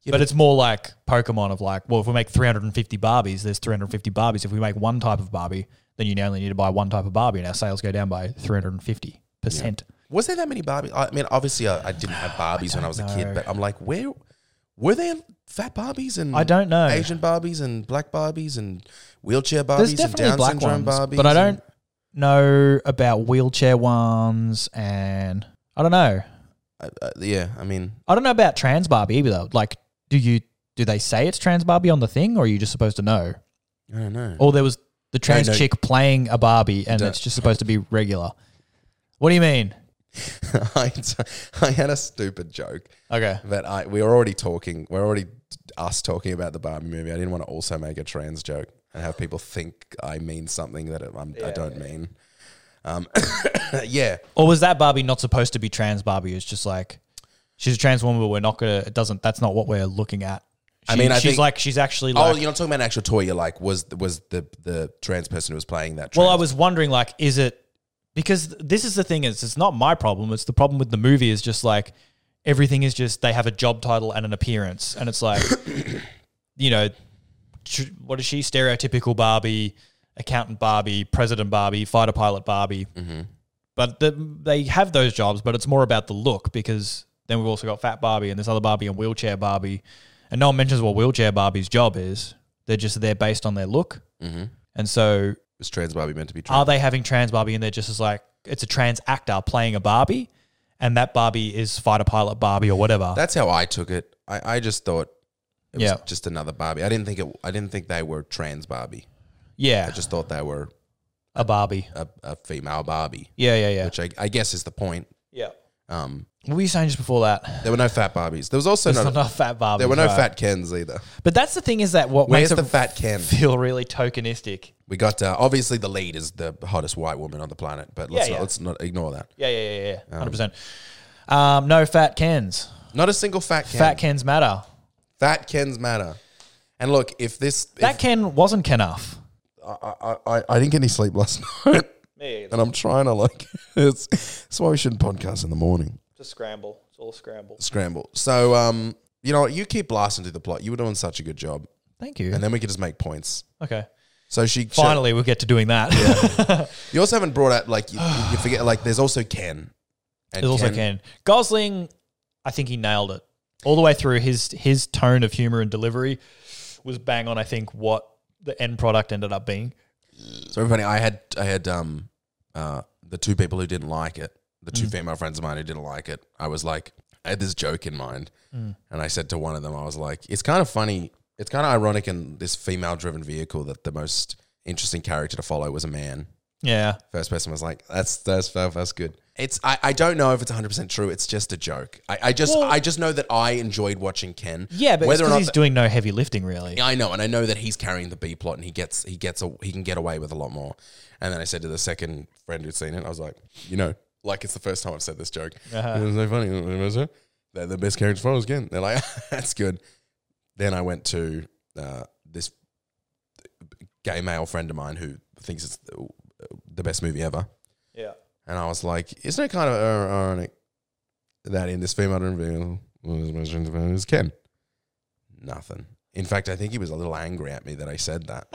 B: but, it's more like Pokemon of like, well, if we make 350 Barbies, there's 350 Barbies. If we make one type of Barbie, then you only need to buy one type of Barbie, and our sales go down by 350 percent.
A: was there that many Barbies? I mean, obviously, I, I didn't have Barbies when I was a
B: know.
A: kid, but I'm like, where were there fat Barbies and
B: I don't know.
A: Asian Barbies and black Barbies and wheelchair Barbies
B: There's
A: and
B: definitely
A: Down
B: black
A: syndrome
B: ones,
A: Barbies,
B: but I
A: and-
B: don't know about wheelchair ones, and I don't know.
A: I, I, yeah, I mean,
B: I don't know about trans Barbie either. though. Like, do you do they say it's trans Barbie on the thing, or are you just supposed to know?
A: I don't know.
B: Or there was the trans
A: no.
B: chick playing a Barbie, and
A: Don't-
B: it's just supposed to be regular. What do you mean?
A: I, I had a stupid joke
B: Okay.
A: that I we were already talking. We're already us talking about the Barbie movie. I didn't want to also make a trans joke and have people think I mean something that I'm, I don't mean. Um, yeah,
B: Or was that Barbie not supposed to be trans Barbie? It's just like she's a trans woman, but we're not gonna. It doesn't. That's not what we're looking at.
A: I mean, I
B: she's
A: think-
B: like she's actually
A: Oh,
B: like.
A: you're not talking about an actual toy. You're like, was was the the trans person who was playing that?
B: well, I
A: trans-
B: was wondering like, is it because this is the thing is it's not my problem. It's the problem with the movie is just like everything is just they have a job title and an appearance, and it's like you know, tr- what is she? Stereotypical Barbie, accountant Barbie, president Barbie, fighter pilot Barbie. But the, they have those jobs, but it's more about the look because then we've also got fat Barbie and this other Barbie and wheelchair Barbie, and no one mentions what wheelchair Barbie's job is. They're just there based on their look, and so
A: was trans Barbie meant to be trans?
B: are they having trans Barbie and they're just as like it's a trans actor playing a Barbie, and that Barbie is fighter pilot Barbie or whatever.
A: That's how I took it. I, I just thought it was
B: Yeah.
A: just another Barbie. I didn't think it. I didn't think they were trans Barbie.
B: yeah,
A: I just thought they were
B: a Barbie.
A: a, a female Barbie,
B: Yeah, yeah, yeah,
A: which I, I guess is the point.
B: yeah.
A: Um,
B: What were you saying just before that?
A: there were no fat Barbies. There was also
B: There's
A: no.
B: not enough fat Barbies.
A: there were no
B: right.
A: fat Kens either.
B: But that's the thing is that what
A: Where's
B: makes
A: the
B: it
A: fat Ken?
B: feel really tokenistic.
A: We got uh, obviously the lead is the hottest white woman on the planet, but let's
B: Yeah,
A: not,
B: yeah.
A: let's not ignore that.
B: Yeah, yeah, yeah, yeah. Hundred percent. Um, no fat Kens.
A: Not a single fat Ken.
B: Fat Kens matter.
A: Fat Kens matter. And look, if this if
B: That Ken wasn't Ken enough.
A: I, I- I, I didn't get any sleep last night. And I'm trying to like it's that's why we shouldn't podcast in the morning.
B: Just scramble. It's all scramble.
A: Scramble. So um you know what, you keep blasting through the plot. You were doing such a good job.
B: Thank you.
A: And then we could just make points.
B: Okay.
A: So she
B: Finally, we'll get to doing that.
A: she- you also haven't brought up like you, you forget like there's also Ken. And
B: There's also Ken Gosling. I think he nailed it all the way through. His his tone of humor and delivery was bang on. I think what the end product ended up being.
A: So everybody I had I had um uh the two people who didn't like it, the
B: Mm.
A: two female friends of mine who didn't like it, I was like I had this joke in mind.
B: Mm.
A: And I said to one of them, I was like, it's kind of funny. It's kind of ironic in this female driven vehicle that the most interesting character to follow was a man.
B: Yeah,
A: First person was like, that's that's that's good. It's I, I don't know if it's 100 percent true. It's just a joke. I, I just I just know that I enjoyed watching Ken.
B: yeah, but
A: whether or not
B: he's
A: th-
B: doing no heavy lifting really.
A: yeah, I know, and I know that he's carrying the B plot, and he gets he gets a, he can get away with a lot more. And then I said to the second friend who'd seen it, I was like, you know, like it's the first time I've said this joke. It was so funny. They're the best character follows again. They're like, that's good. Then I went to uh, this gay male friend of mine who thinks it's the- uh, the best movie ever.
B: Yeah.
A: And I was like, isn't it kind of ir- ironic that in this female interview, one of his most interesting friends is Ken? Nothing. In fact, I think he was a little angry at me that I said that.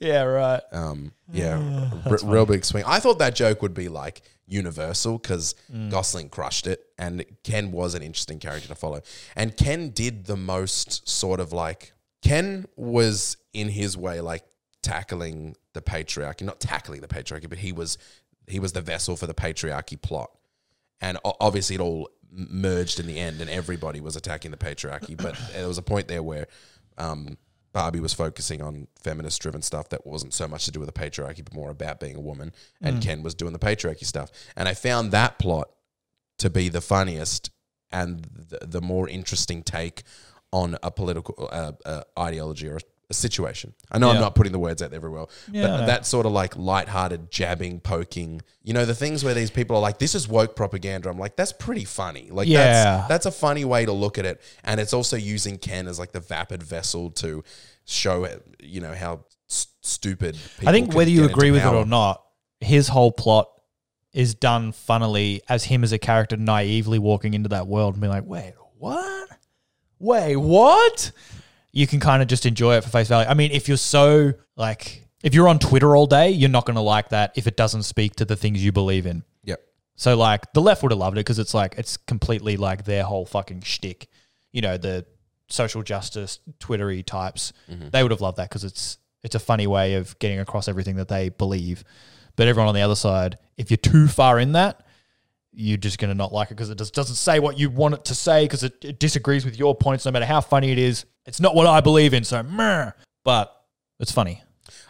B: Yeah, right.
A: Um, yeah, r- real big swing. I thought that joke would be like universal because Gosling crushed it, and Ken was an interesting character to follow. And Ken did the most sort of like Ken was in his way like tackling the patriarchy, not tackling the patriarchy, but he was he was the vessel for the patriarchy plot, and o- obviously it all m- merged in the end, and everybody was attacking the patriarchy. But there was a point there where. Um, Barbie was focusing on feminist driven stuff that wasn't so much to do with the patriarchy, but more about being a woman. And Ken was doing the patriarchy stuff. And I found that plot to be the funniest and the, the more interesting take on a political uh, uh, ideology or a, situation. I know I'm
B: Yeah.
A: not putting the words out there very well,
B: Yeah, I
A: but
B: know.
A: that sort of like lighthearted jabbing, poking, you know, the things where these people are like, this is woke propaganda. I'm like, that's pretty funny. Like,
B: Yeah.
A: that's, that's a funny way to look at it. And it's also using Ken as like the vapid vessel to show, it, you know, how s- stupid people
B: I think
A: can
B: whether you
A: get
B: agree
A: into
B: with it
A: power.
B: or not, his whole plot is done funnily as him as a character naively walking into that world and being like, wait, what? Wait, what? You can kind of just enjoy it for face value. I mean, if you're so like, if you're on Twitter all day, you're not going to like that if it doesn't speak to the things you believe in.
A: Yep.
B: So like the left would have loved it because it's like it's completely like their whole fucking shtick. You know the social justice twittery types. They would have loved that because it's it's a funny way of getting across everything that they believe. But everyone on the other side, if you're too far in that, you're just going to not like it because it just doesn't say what you want it to say because it, it disagrees with your points no matter how funny it is. It's not what I believe in, so meh. But it's funny.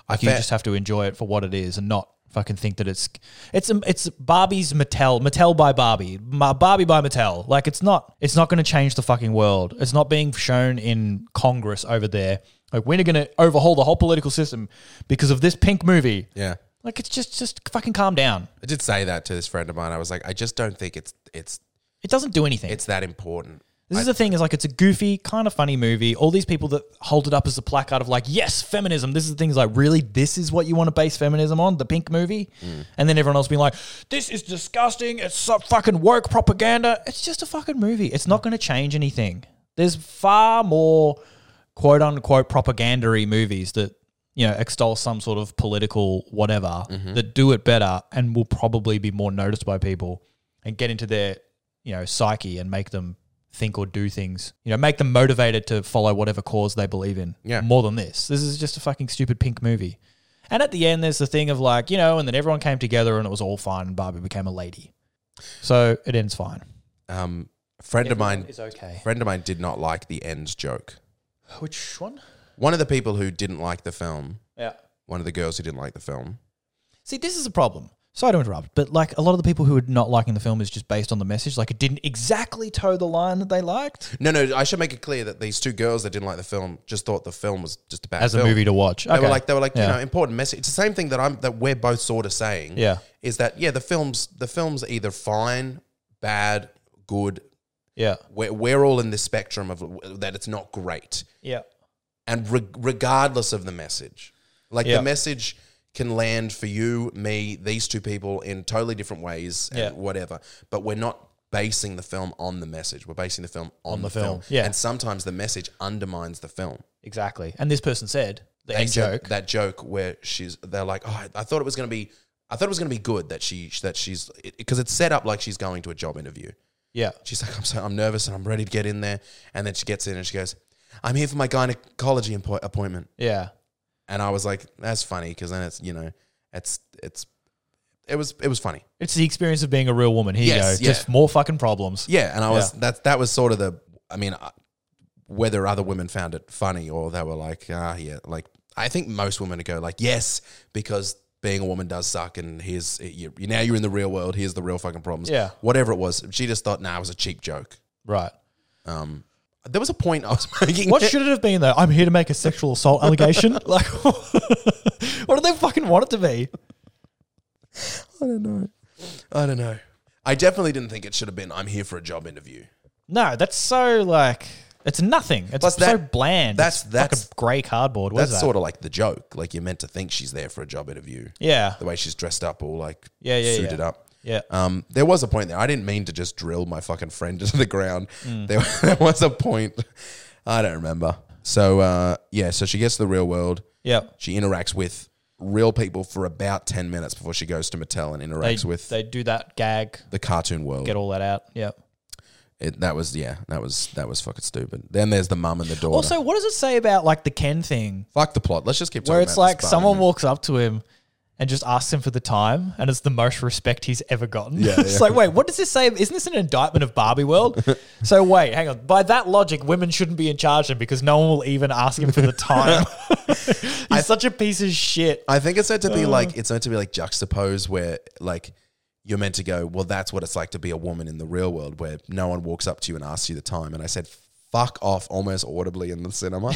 A: I
B: You
A: fa-
B: just have to enjoy it for what it is and not fucking think that it's it's it's Barbie's Mattel, Mattel by Barbie, Ma- Barbie by Mattel. Like it's not it's not going to change the fucking world. It's not being shown in Congress over there. Like we're going to overhaul the whole political system because of this pink movie.
A: yeah.
B: Like it's just just fucking calm down.
A: I did say that to this friend of mine. I was like, I just don't think it's it's
B: It doesn't do anything.
A: it's that important.
B: This is the thing is like it's a goofy, kind of funny movie. All these people that hold it up as a placard of like, yes, feminism. This is the thing is like, really, this is what you want to base feminism on, the pink movie, and then everyone else being like, this is disgusting. It's so fucking woke propaganda. It's just a fucking movie. It's not going to change anything. There's far more quote unquote propagandary movies that you know extol some sort of political whatever that do it better and will probably be more noticed by people and get into their you know psyche and make them think or do things you know make them motivated to follow whatever cause they believe in
A: Yeah.
B: more than this this is just a fucking stupid pink movie and at the end there's the thing of like you know and then everyone came together and it was all fine and barbie became a lady so it ends fine
A: Um, a friend of mine,
B: it's okay
A: friend of mine did not like the ends joke.
B: which one
A: One of the people who didn't like the film,
B: yeah
A: one of the girls who didn't like the film.
B: See, this is a problem. Sorry to interrupt, but like a lot of the people who are not liking the film is just based on the message. Like it didn't exactly toe the line that they liked
A: No, no, I should make it clear that these two girls that didn't like the film just thought the film was just a bad
B: as a
A: film.
B: movie to watch.
A: They
B: Okay.
A: were like, they were like,
B: Yeah.
A: you know, important message. It's the same thing that I'm that we're both sort of saying.
B: Yeah.
A: is that yeah? The films, the films are either fine, bad, good.
B: yeah,
A: We're, we're all in the spectrum of that. It's not great.
B: yeah,
A: and re- regardless of the message. Like
B: Yeah.
A: the message can land for you, me, these two people in totally different ways and
B: Yeah.
A: whatever. But we're not basing the film on the message. We're basing the film on, the, film.
B: film, yeah.
A: And sometimes the message undermines the film.
B: exactly. And this person said the
A: They
B: end
A: said
B: joke.
A: That joke where she's they're like, "Oh, I- I thought it was going to be I thought it was going to be good that she that she's because it's set up like she's going to a job interview."
B: yeah,
A: She's like, I'm so I'm nervous and I'm ready to get in there. And then she gets in and she goes, "I'm here for my gynecology appo- appointment."
B: yeah,
A: and I was like, "That's funny," because then it's you know, it's it's it was it was funny.
B: it's the experience of being a real woman. Here
A: Yes,
B: you go, just
A: yeah.
B: more fucking problems.
A: Yeah, and I was that that was sort of the I mean, I- whether other women found it funny or they were like, ah, yeah, like I think most women would go like, yes, because being a woman does suck, and here's eh, you now you're in the real world. Here's the real fucking problems.
B: Yeah.
A: whatever it was, she just thought, nah, it was a cheap joke.
B: Right.
A: Um, there was a point I was making.
B: What should it have been though? I'm here to make a sexual assault allegation. like, what do they fucking want it to be?
A: I don't know. I don't know. I definitely didn't think it should have been. I'm here for a job interview.
B: No, that's so like it's nothing. It's
A: Plus
B: so
A: that-
B: bland.
A: that's-
B: It's
A: that's-
B: fucking grey cardboard. What is
A: That's
B: that?
A: sort of like the joke. Like you're meant to think she's there for a job interview.
B: yeah,
A: The way she's dressed up, all like
B: Yeah, yeah,
A: suited
B: yeah.
A: up.
B: yeah.
A: Um, there was a point there. I didn't mean to just drill my fucking friend into the ground.
B: Mm.
A: There, there was a point. I don't remember. So uh, yeah, so she gets to the real world.
B: Yeah.
A: She interacts with real people for about ten minutes before she goes to Mattel and
B: They,
A: interacts with
B: they do that gag,
A: the cartoon world.
B: get all that out. Yeah.
A: It, that was yeah, that was that was fucking stupid. Then there's the mum and the daughter.
B: Also, what does it say about like the Ken thing,
A: fuck the plot. Let's just keep talking
B: where
A: about
B: it's
A: this
B: like
A: Barbie
B: someone
A: movie.
B: walks up to him and just asks him for the time, and it's the most respect he's ever gotten.
A: Yeah,
B: it's
A: yeah.
B: like, wait, what does this say? Isn't this an indictment of Barbie World? so wait, hang on. By that logic, women shouldn't be in charge then because no one will even ask him for the time. he's such a piece of shit.
A: I think it's meant to
B: Uh.
A: be like it's meant to be like juxtaposed where like you're meant to go, well, that's what it's like to be a woman in the real world where no one walks up to you and asks you the time. And I said, fuck off almost audibly in the cinema.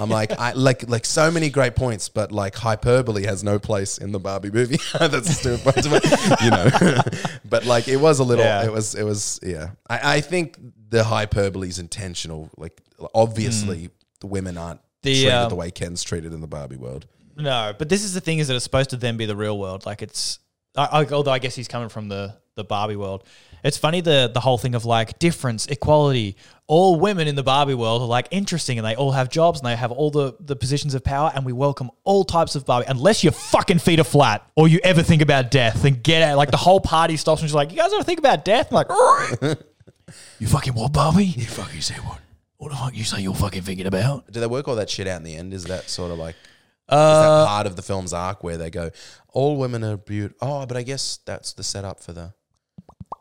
A: I'm like, I like like so many great points, but like hyperbole has no place in the Barbie movie. that's a stupid point to make, you know. but like it was a little
B: Yeah.
A: it was it was yeah. I, I think the hyperbole is intentional. Like obviously the women aren't
B: Mm. The,
A: treated
B: um,
A: the way Ken's treated in the Barbie world.
B: No, but this is the thing is that it's supposed to then be the real world. Like it's, I, I, although I guess he's coming from the the Barbie world. It's funny the the whole thing of like difference, equality. All women in the Barbie world are like interesting, and they all have jobs, and they have all the the positions of power, and we welcome all types of Barbie, unless your fucking feet are flat or you ever think about death. Then get out. Like the whole party stops and she's like, "You guys ever think about death?" I'm like,
E: You fucking what, Barbie? You fucking say what? What the fuck you say you're fucking thinking about?
A: do they work all that shit out in the end? Is that sort of like is
B: Uh,
A: that part of the film's arc where they go, all women are beautiful? Oh, but I guess that's the setup for the.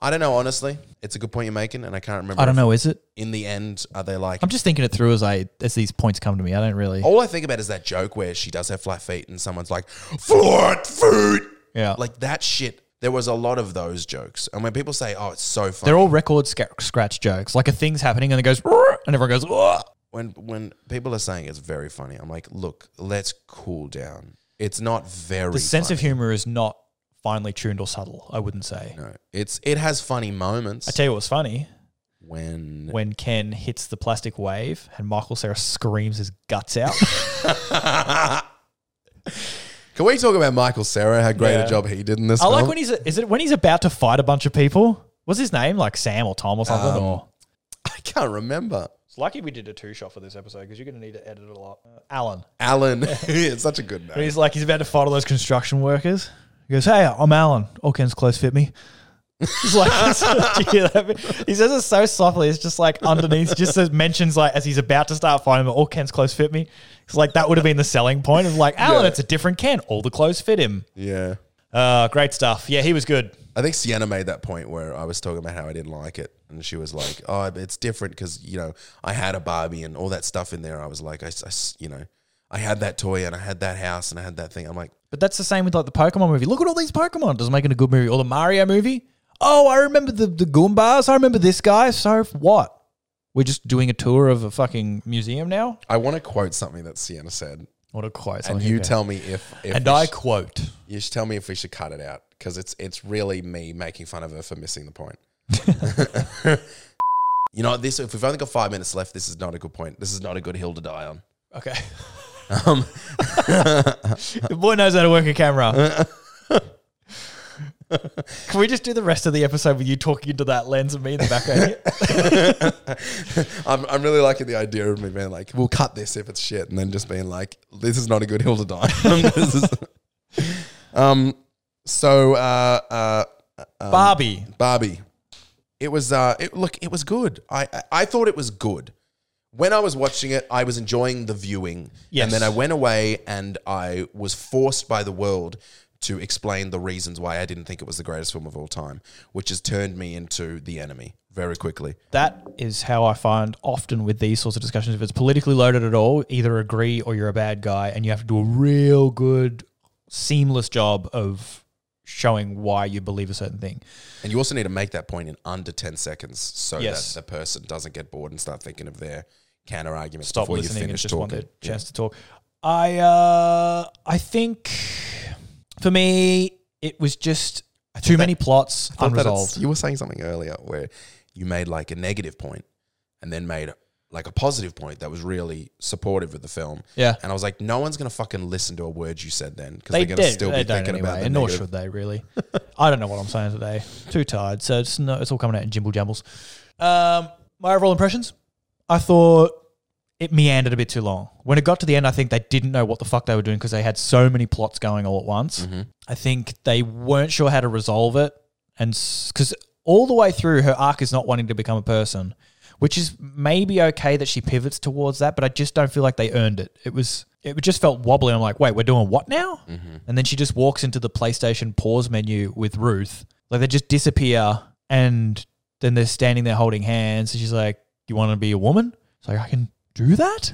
A: I don't know, honestly. It's a good point you're making, and I can't remember.
B: I don't
A: if
B: know. Is it?
A: In the end, are they like?
B: I'm just thinking it through as I as these points come to me. I don't really.
A: all I think about is that joke where she does have flat feet, and someone's like, "Flat feet."
B: Yeah.
A: Like that shit. There was a lot of those jokes, and when people say, "Oh, it's so funny,"
B: They're all record sca- scratch jokes. Like a thing's happening and it goes, "Rrr," and everyone goes, "Whoa."
A: when when people are saying it's very funny, I'm like, "Look, let's cool down. It's not very."
B: the sense of
A: funny.
B: humor is not finely tuned or subtle, I wouldn't say.
A: No, it's it has funny moments.
B: I tell you what was funny
A: when
B: when Ken hits the plastic wave and Michael Sarah screams his guts out.
A: can we talk about Michael Sarah? How great
B: Yeah.
A: a job he did in this.
B: I like
A: film?
B: when he's is it when he's about to fight a bunch of people? What's his name? Like Sam or Tom or something?
A: Ah,
B: or
A: I can't remember.
B: it's lucky we did a two shot for this episode because you're gonna need to edit it a lot. Uh, Alan.
A: Alan, it's such a good name.
B: He's like he's about to fight all those construction workers. He goes, "Hey, I'm Alan. All Ken's clothes fit me." He's like, do you hear that bit? he says it so softly. It's just like underneath, just says mentions like as he's about to start fighting, him, all Ken's clothes fit me. It's like that would have been the selling point of like Alan.
A: Yeah.
B: It's a different Ken. All the clothes fit him.
A: Yeah.
B: Uh, great stuff. Yeah, he was good.
A: I think Sienna made that point where I was talking about how I didn't like it. And she was like, oh, it's different because, you know, I had a Barbie and all that stuff in there. I was like, I, s- I s- you know, I had that toy and I had that house and I had that thing. I'm like,
B: But that's the same with like the Pokemon movie. Look at all these Pokemon. Doesn't make it a good movie. Or the Mario movie. Oh, I remember the, the Goombas. I remember this guy. So what? We're just doing a tour of a fucking museum now?
A: I want to quote something that Sienna said.
B: What a quote.
A: And you tell me if, if
B: Oh, And
A: we
B: I
A: sh-
B: quote.
A: you should tell me if we should cut it out because it's it's really me making fun of her for missing the point. you know, this if we've only got five minutes left, this is not a good point. This is not a good hill to die on.
B: Okay.
A: Um,
B: the boy knows how to work a camera. Can we just do the rest of the episode with you talking into that lens and me in the background?
A: I'm, I'm really liking the idea of me being like, we'll cut this if it's shit, and then just being like, this is not a good hill to die. on. This is- um, so uh, uh,
B: Barbie.
A: Barbie, it was uh, it, look, it was good. I, I I thought it was good. When I was watching it, I was enjoying the viewing,
B: Yes.
A: and then I went away and I was forced by the world to explain the reasons why I didn't think it was the greatest film of all time, which has turned me into the enemy very quickly.
B: That is how I find often with these sorts of discussions, if it's politically loaded at all, either agree or you're a bad guy, and you have to do a real good, seamless job of showing why you believe a certain thing.
A: And you also need to make that point in under 10 seconds so
B: Yes.
A: that the person doesn't get bored and start thinking of their counter arguments
B: Stop
A: before you
B: listening and
A: finish
B: just want
A: talking.
B: the chance to talk. I uh, I think for me it was just too many plots
A: I thought that it's-
B: unresolved.
A: You were saying something earlier where you made like a negative point and then made like a positive point that was really supportive of the film.
B: Yeah.
A: And I was like, no one's going to fucking listen to a word you said then because
B: They
A: they're going to
B: did.
A: still
B: they
A: be
B: don't
A: thinking
B: anyway,
A: about the
B: and nor
A: negative.
B: should they really. I don't know what I'm saying today. Too tired, so it's no, it's all coming out in jimble jambles. Um, my overall impressions: I thought it meandered a bit too long. When it got to the end, I think they didn't know what the fuck they were doing because they had so many plots going all at once.
A: Mm-hmm.
B: I think they weren't sure how to resolve it, and because all the way through, her arc is not wanting to become a person. Which is maybe okay that she pivots towards that, but I just don't feel like they earned it. It was it just felt wobbly. I'm like, wait, we're doing what
A: Mm.
B: now? And then she just walks into the PlayStation pause menu with Ruth. Like they just disappear, and then they're standing there holding hands. And she's like, "You want to be a woman?" It's like, "I can do that."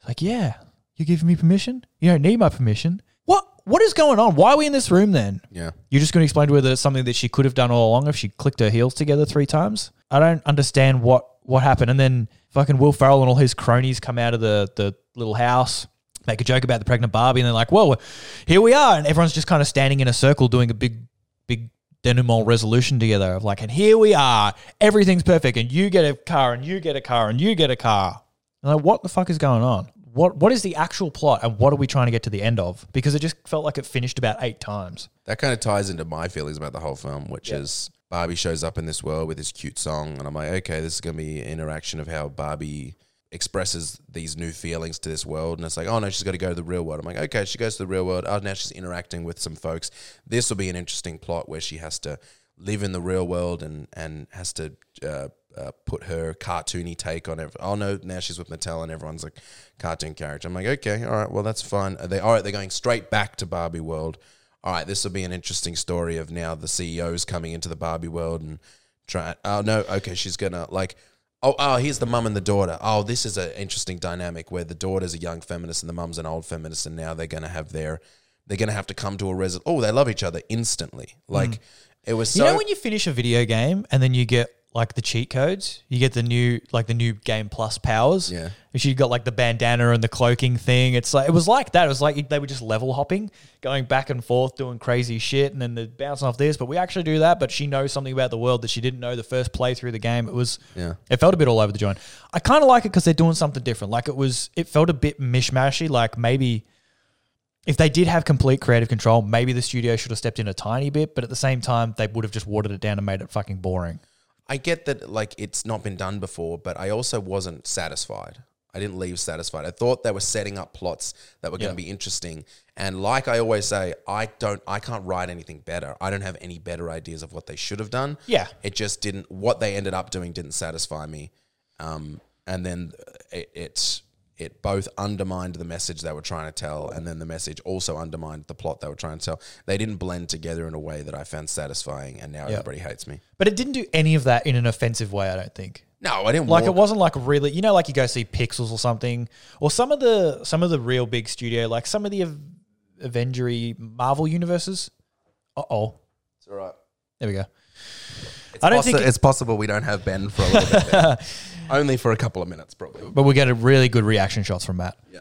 B: It's like, "Yeah, you giving me permission? You don't need my permission." What What is going on? Why are we in this room then?
A: Yeah.
B: You're just going to explain to her that it's something that she could have done all along if she clicked her heels together three times. I don't understand what what happened. And then fucking Will Farrell and all his cronies come out of the the little house, make a joke about the pregnant Barbie, and they're like, "Well, here we are," and everyone's just kind of standing in a circle doing a big big denouement resolution together of like, "And here we are, everything's perfect, and you get a car, and you get a car, and you get a car." And like, what the fuck is going on? What what is the actual plot, and what are we trying to get to the end of? Because it just felt like it finished about eight times.
A: That kind of ties into my feelings about the whole film, which is Barbie shows up in this world with this cute song, and I'm like, okay, this is gonna be an interaction of how Barbie expresses these new feelings to this world, and it's like, oh no, she's got to go to the real world. I'm like, okay, she goes to the real world. Oh, now she's interacting with some folks. This will be an interesting plot where she has to live in the real world and and has to. Uh, uh, put her cartoony take on it. Oh no, now she's with Mattel and everyone's like cartoon character. I'm like, okay, all right, well that's fine. They all right, they're going straight back to Barbie world all right, this will be an interesting story of now the CEO's coming into the Barbie world and trying. Oh no, okay, she's gonna like. Oh, oh, here's the mum and the daughter. Oh, this is an interesting dynamic where the daughter's a young feminist and the mum's an old feminist, and now they're gonna have their, they're gonna have to come to a res. Oh, they love each other instantly. Like it was so.
B: Mm. you know when you finish a video game and then you get like the cheat codes, you get the new like the new game plus powers.
A: Yeah.
B: and she got like the bandana and the cloaking thing. It's like it was like that. It was like they were just level hopping, going back and forth, doing crazy shit, and then they're bouncing off this. But we actually do that. But she knows something about the world that she didn't know the first play through the game. It was
A: Yeah.
B: it felt a bit all over the joint. I kind of like it because they're doing something different. Like it was, it felt a bit mishmashy. Like maybe if they did have complete creative control, maybe the studio should have stepped in a tiny bit, but at the same time, they would have just watered it down and made it fucking boring.
A: I get that like it's not been done before, but I also wasn't satisfied. I didn't leave satisfied. I thought they were setting up plots that were going to be interesting. And like I always say, I don't I can't write anything better. I don't have any better ideas of what they should have done.
B: Yeah.
A: It just didn't what they ended up doing didn't satisfy me. Um and then it it, it both undermined the message they were trying to tell and then the message also undermined the plot they were trying to tell. They didn't blend together in a way that I found satisfying and now everybody hates me.
B: But it didn't do any of that in an offensive way, I don't think.
A: No, I didn't
B: Like
A: walk-
B: it wasn't like really, you know, like you go see Pixels or something, or some of the some of the real big studio, like some of the Av- Avengery Marvel universes. Uh oh,
A: It's all right.
B: there we go. I don't think,
A: it's possible we don't have Ben for a little bit. there. Only for a couple of minutes, probably.
B: but we get a really good reaction shots from Matt.
A: Yeah.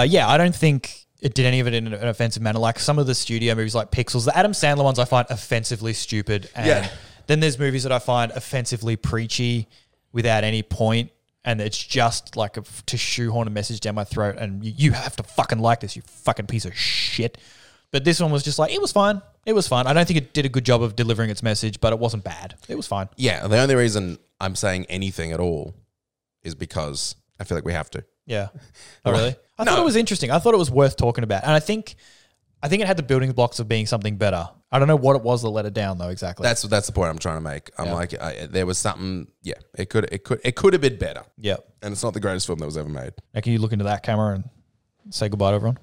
B: Uh, yeah, I don't think it did any of it in an offensive manner. Like some of the studio movies, like Pixels, the Adam Sandler ones, I find offensively stupid. And
A: Yeah.
B: Then there's movies that I find offensively preachy without any point, and it's just like a, to shoehorn a message down my throat, and you, you have to fucking like this, you fucking piece of shit. But this one was just like it was fine. It was fine. I don't think it did a good job of delivering its message, but it wasn't bad. It was fine.
A: Yeah. The only reason I'm saying anything at all is because I feel like we have to.
B: Yeah. Oh, really? I thought it was interesting. I thought it was worth talking about, and I think, I think it had the building blocks of being something better. I don't know what it was that let it down though. Exactly.
A: That's that's the point I'm trying to make. I'm like, I, there was something. Yeah, it could it could it could have been better,
B: yeah.
A: and it's not the greatest film that was ever made.
B: Now can you look into that camera and say goodbye to everyone?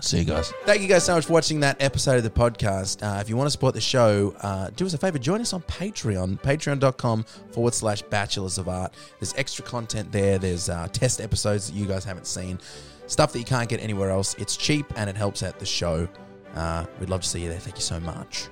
A: See you guys. Thank you guys so much for watching that episode of the podcast. Uh, if you want to support the show, uh, do us a favor, join us on Patreon, patreon.com forward slash bachelors of art. There's extra content there, there's uh, test episodes that you guys haven't seen, stuff that you can't get anywhere else. It's cheap and it helps out the show. Uh, we'd love to see you there. Thank you so much.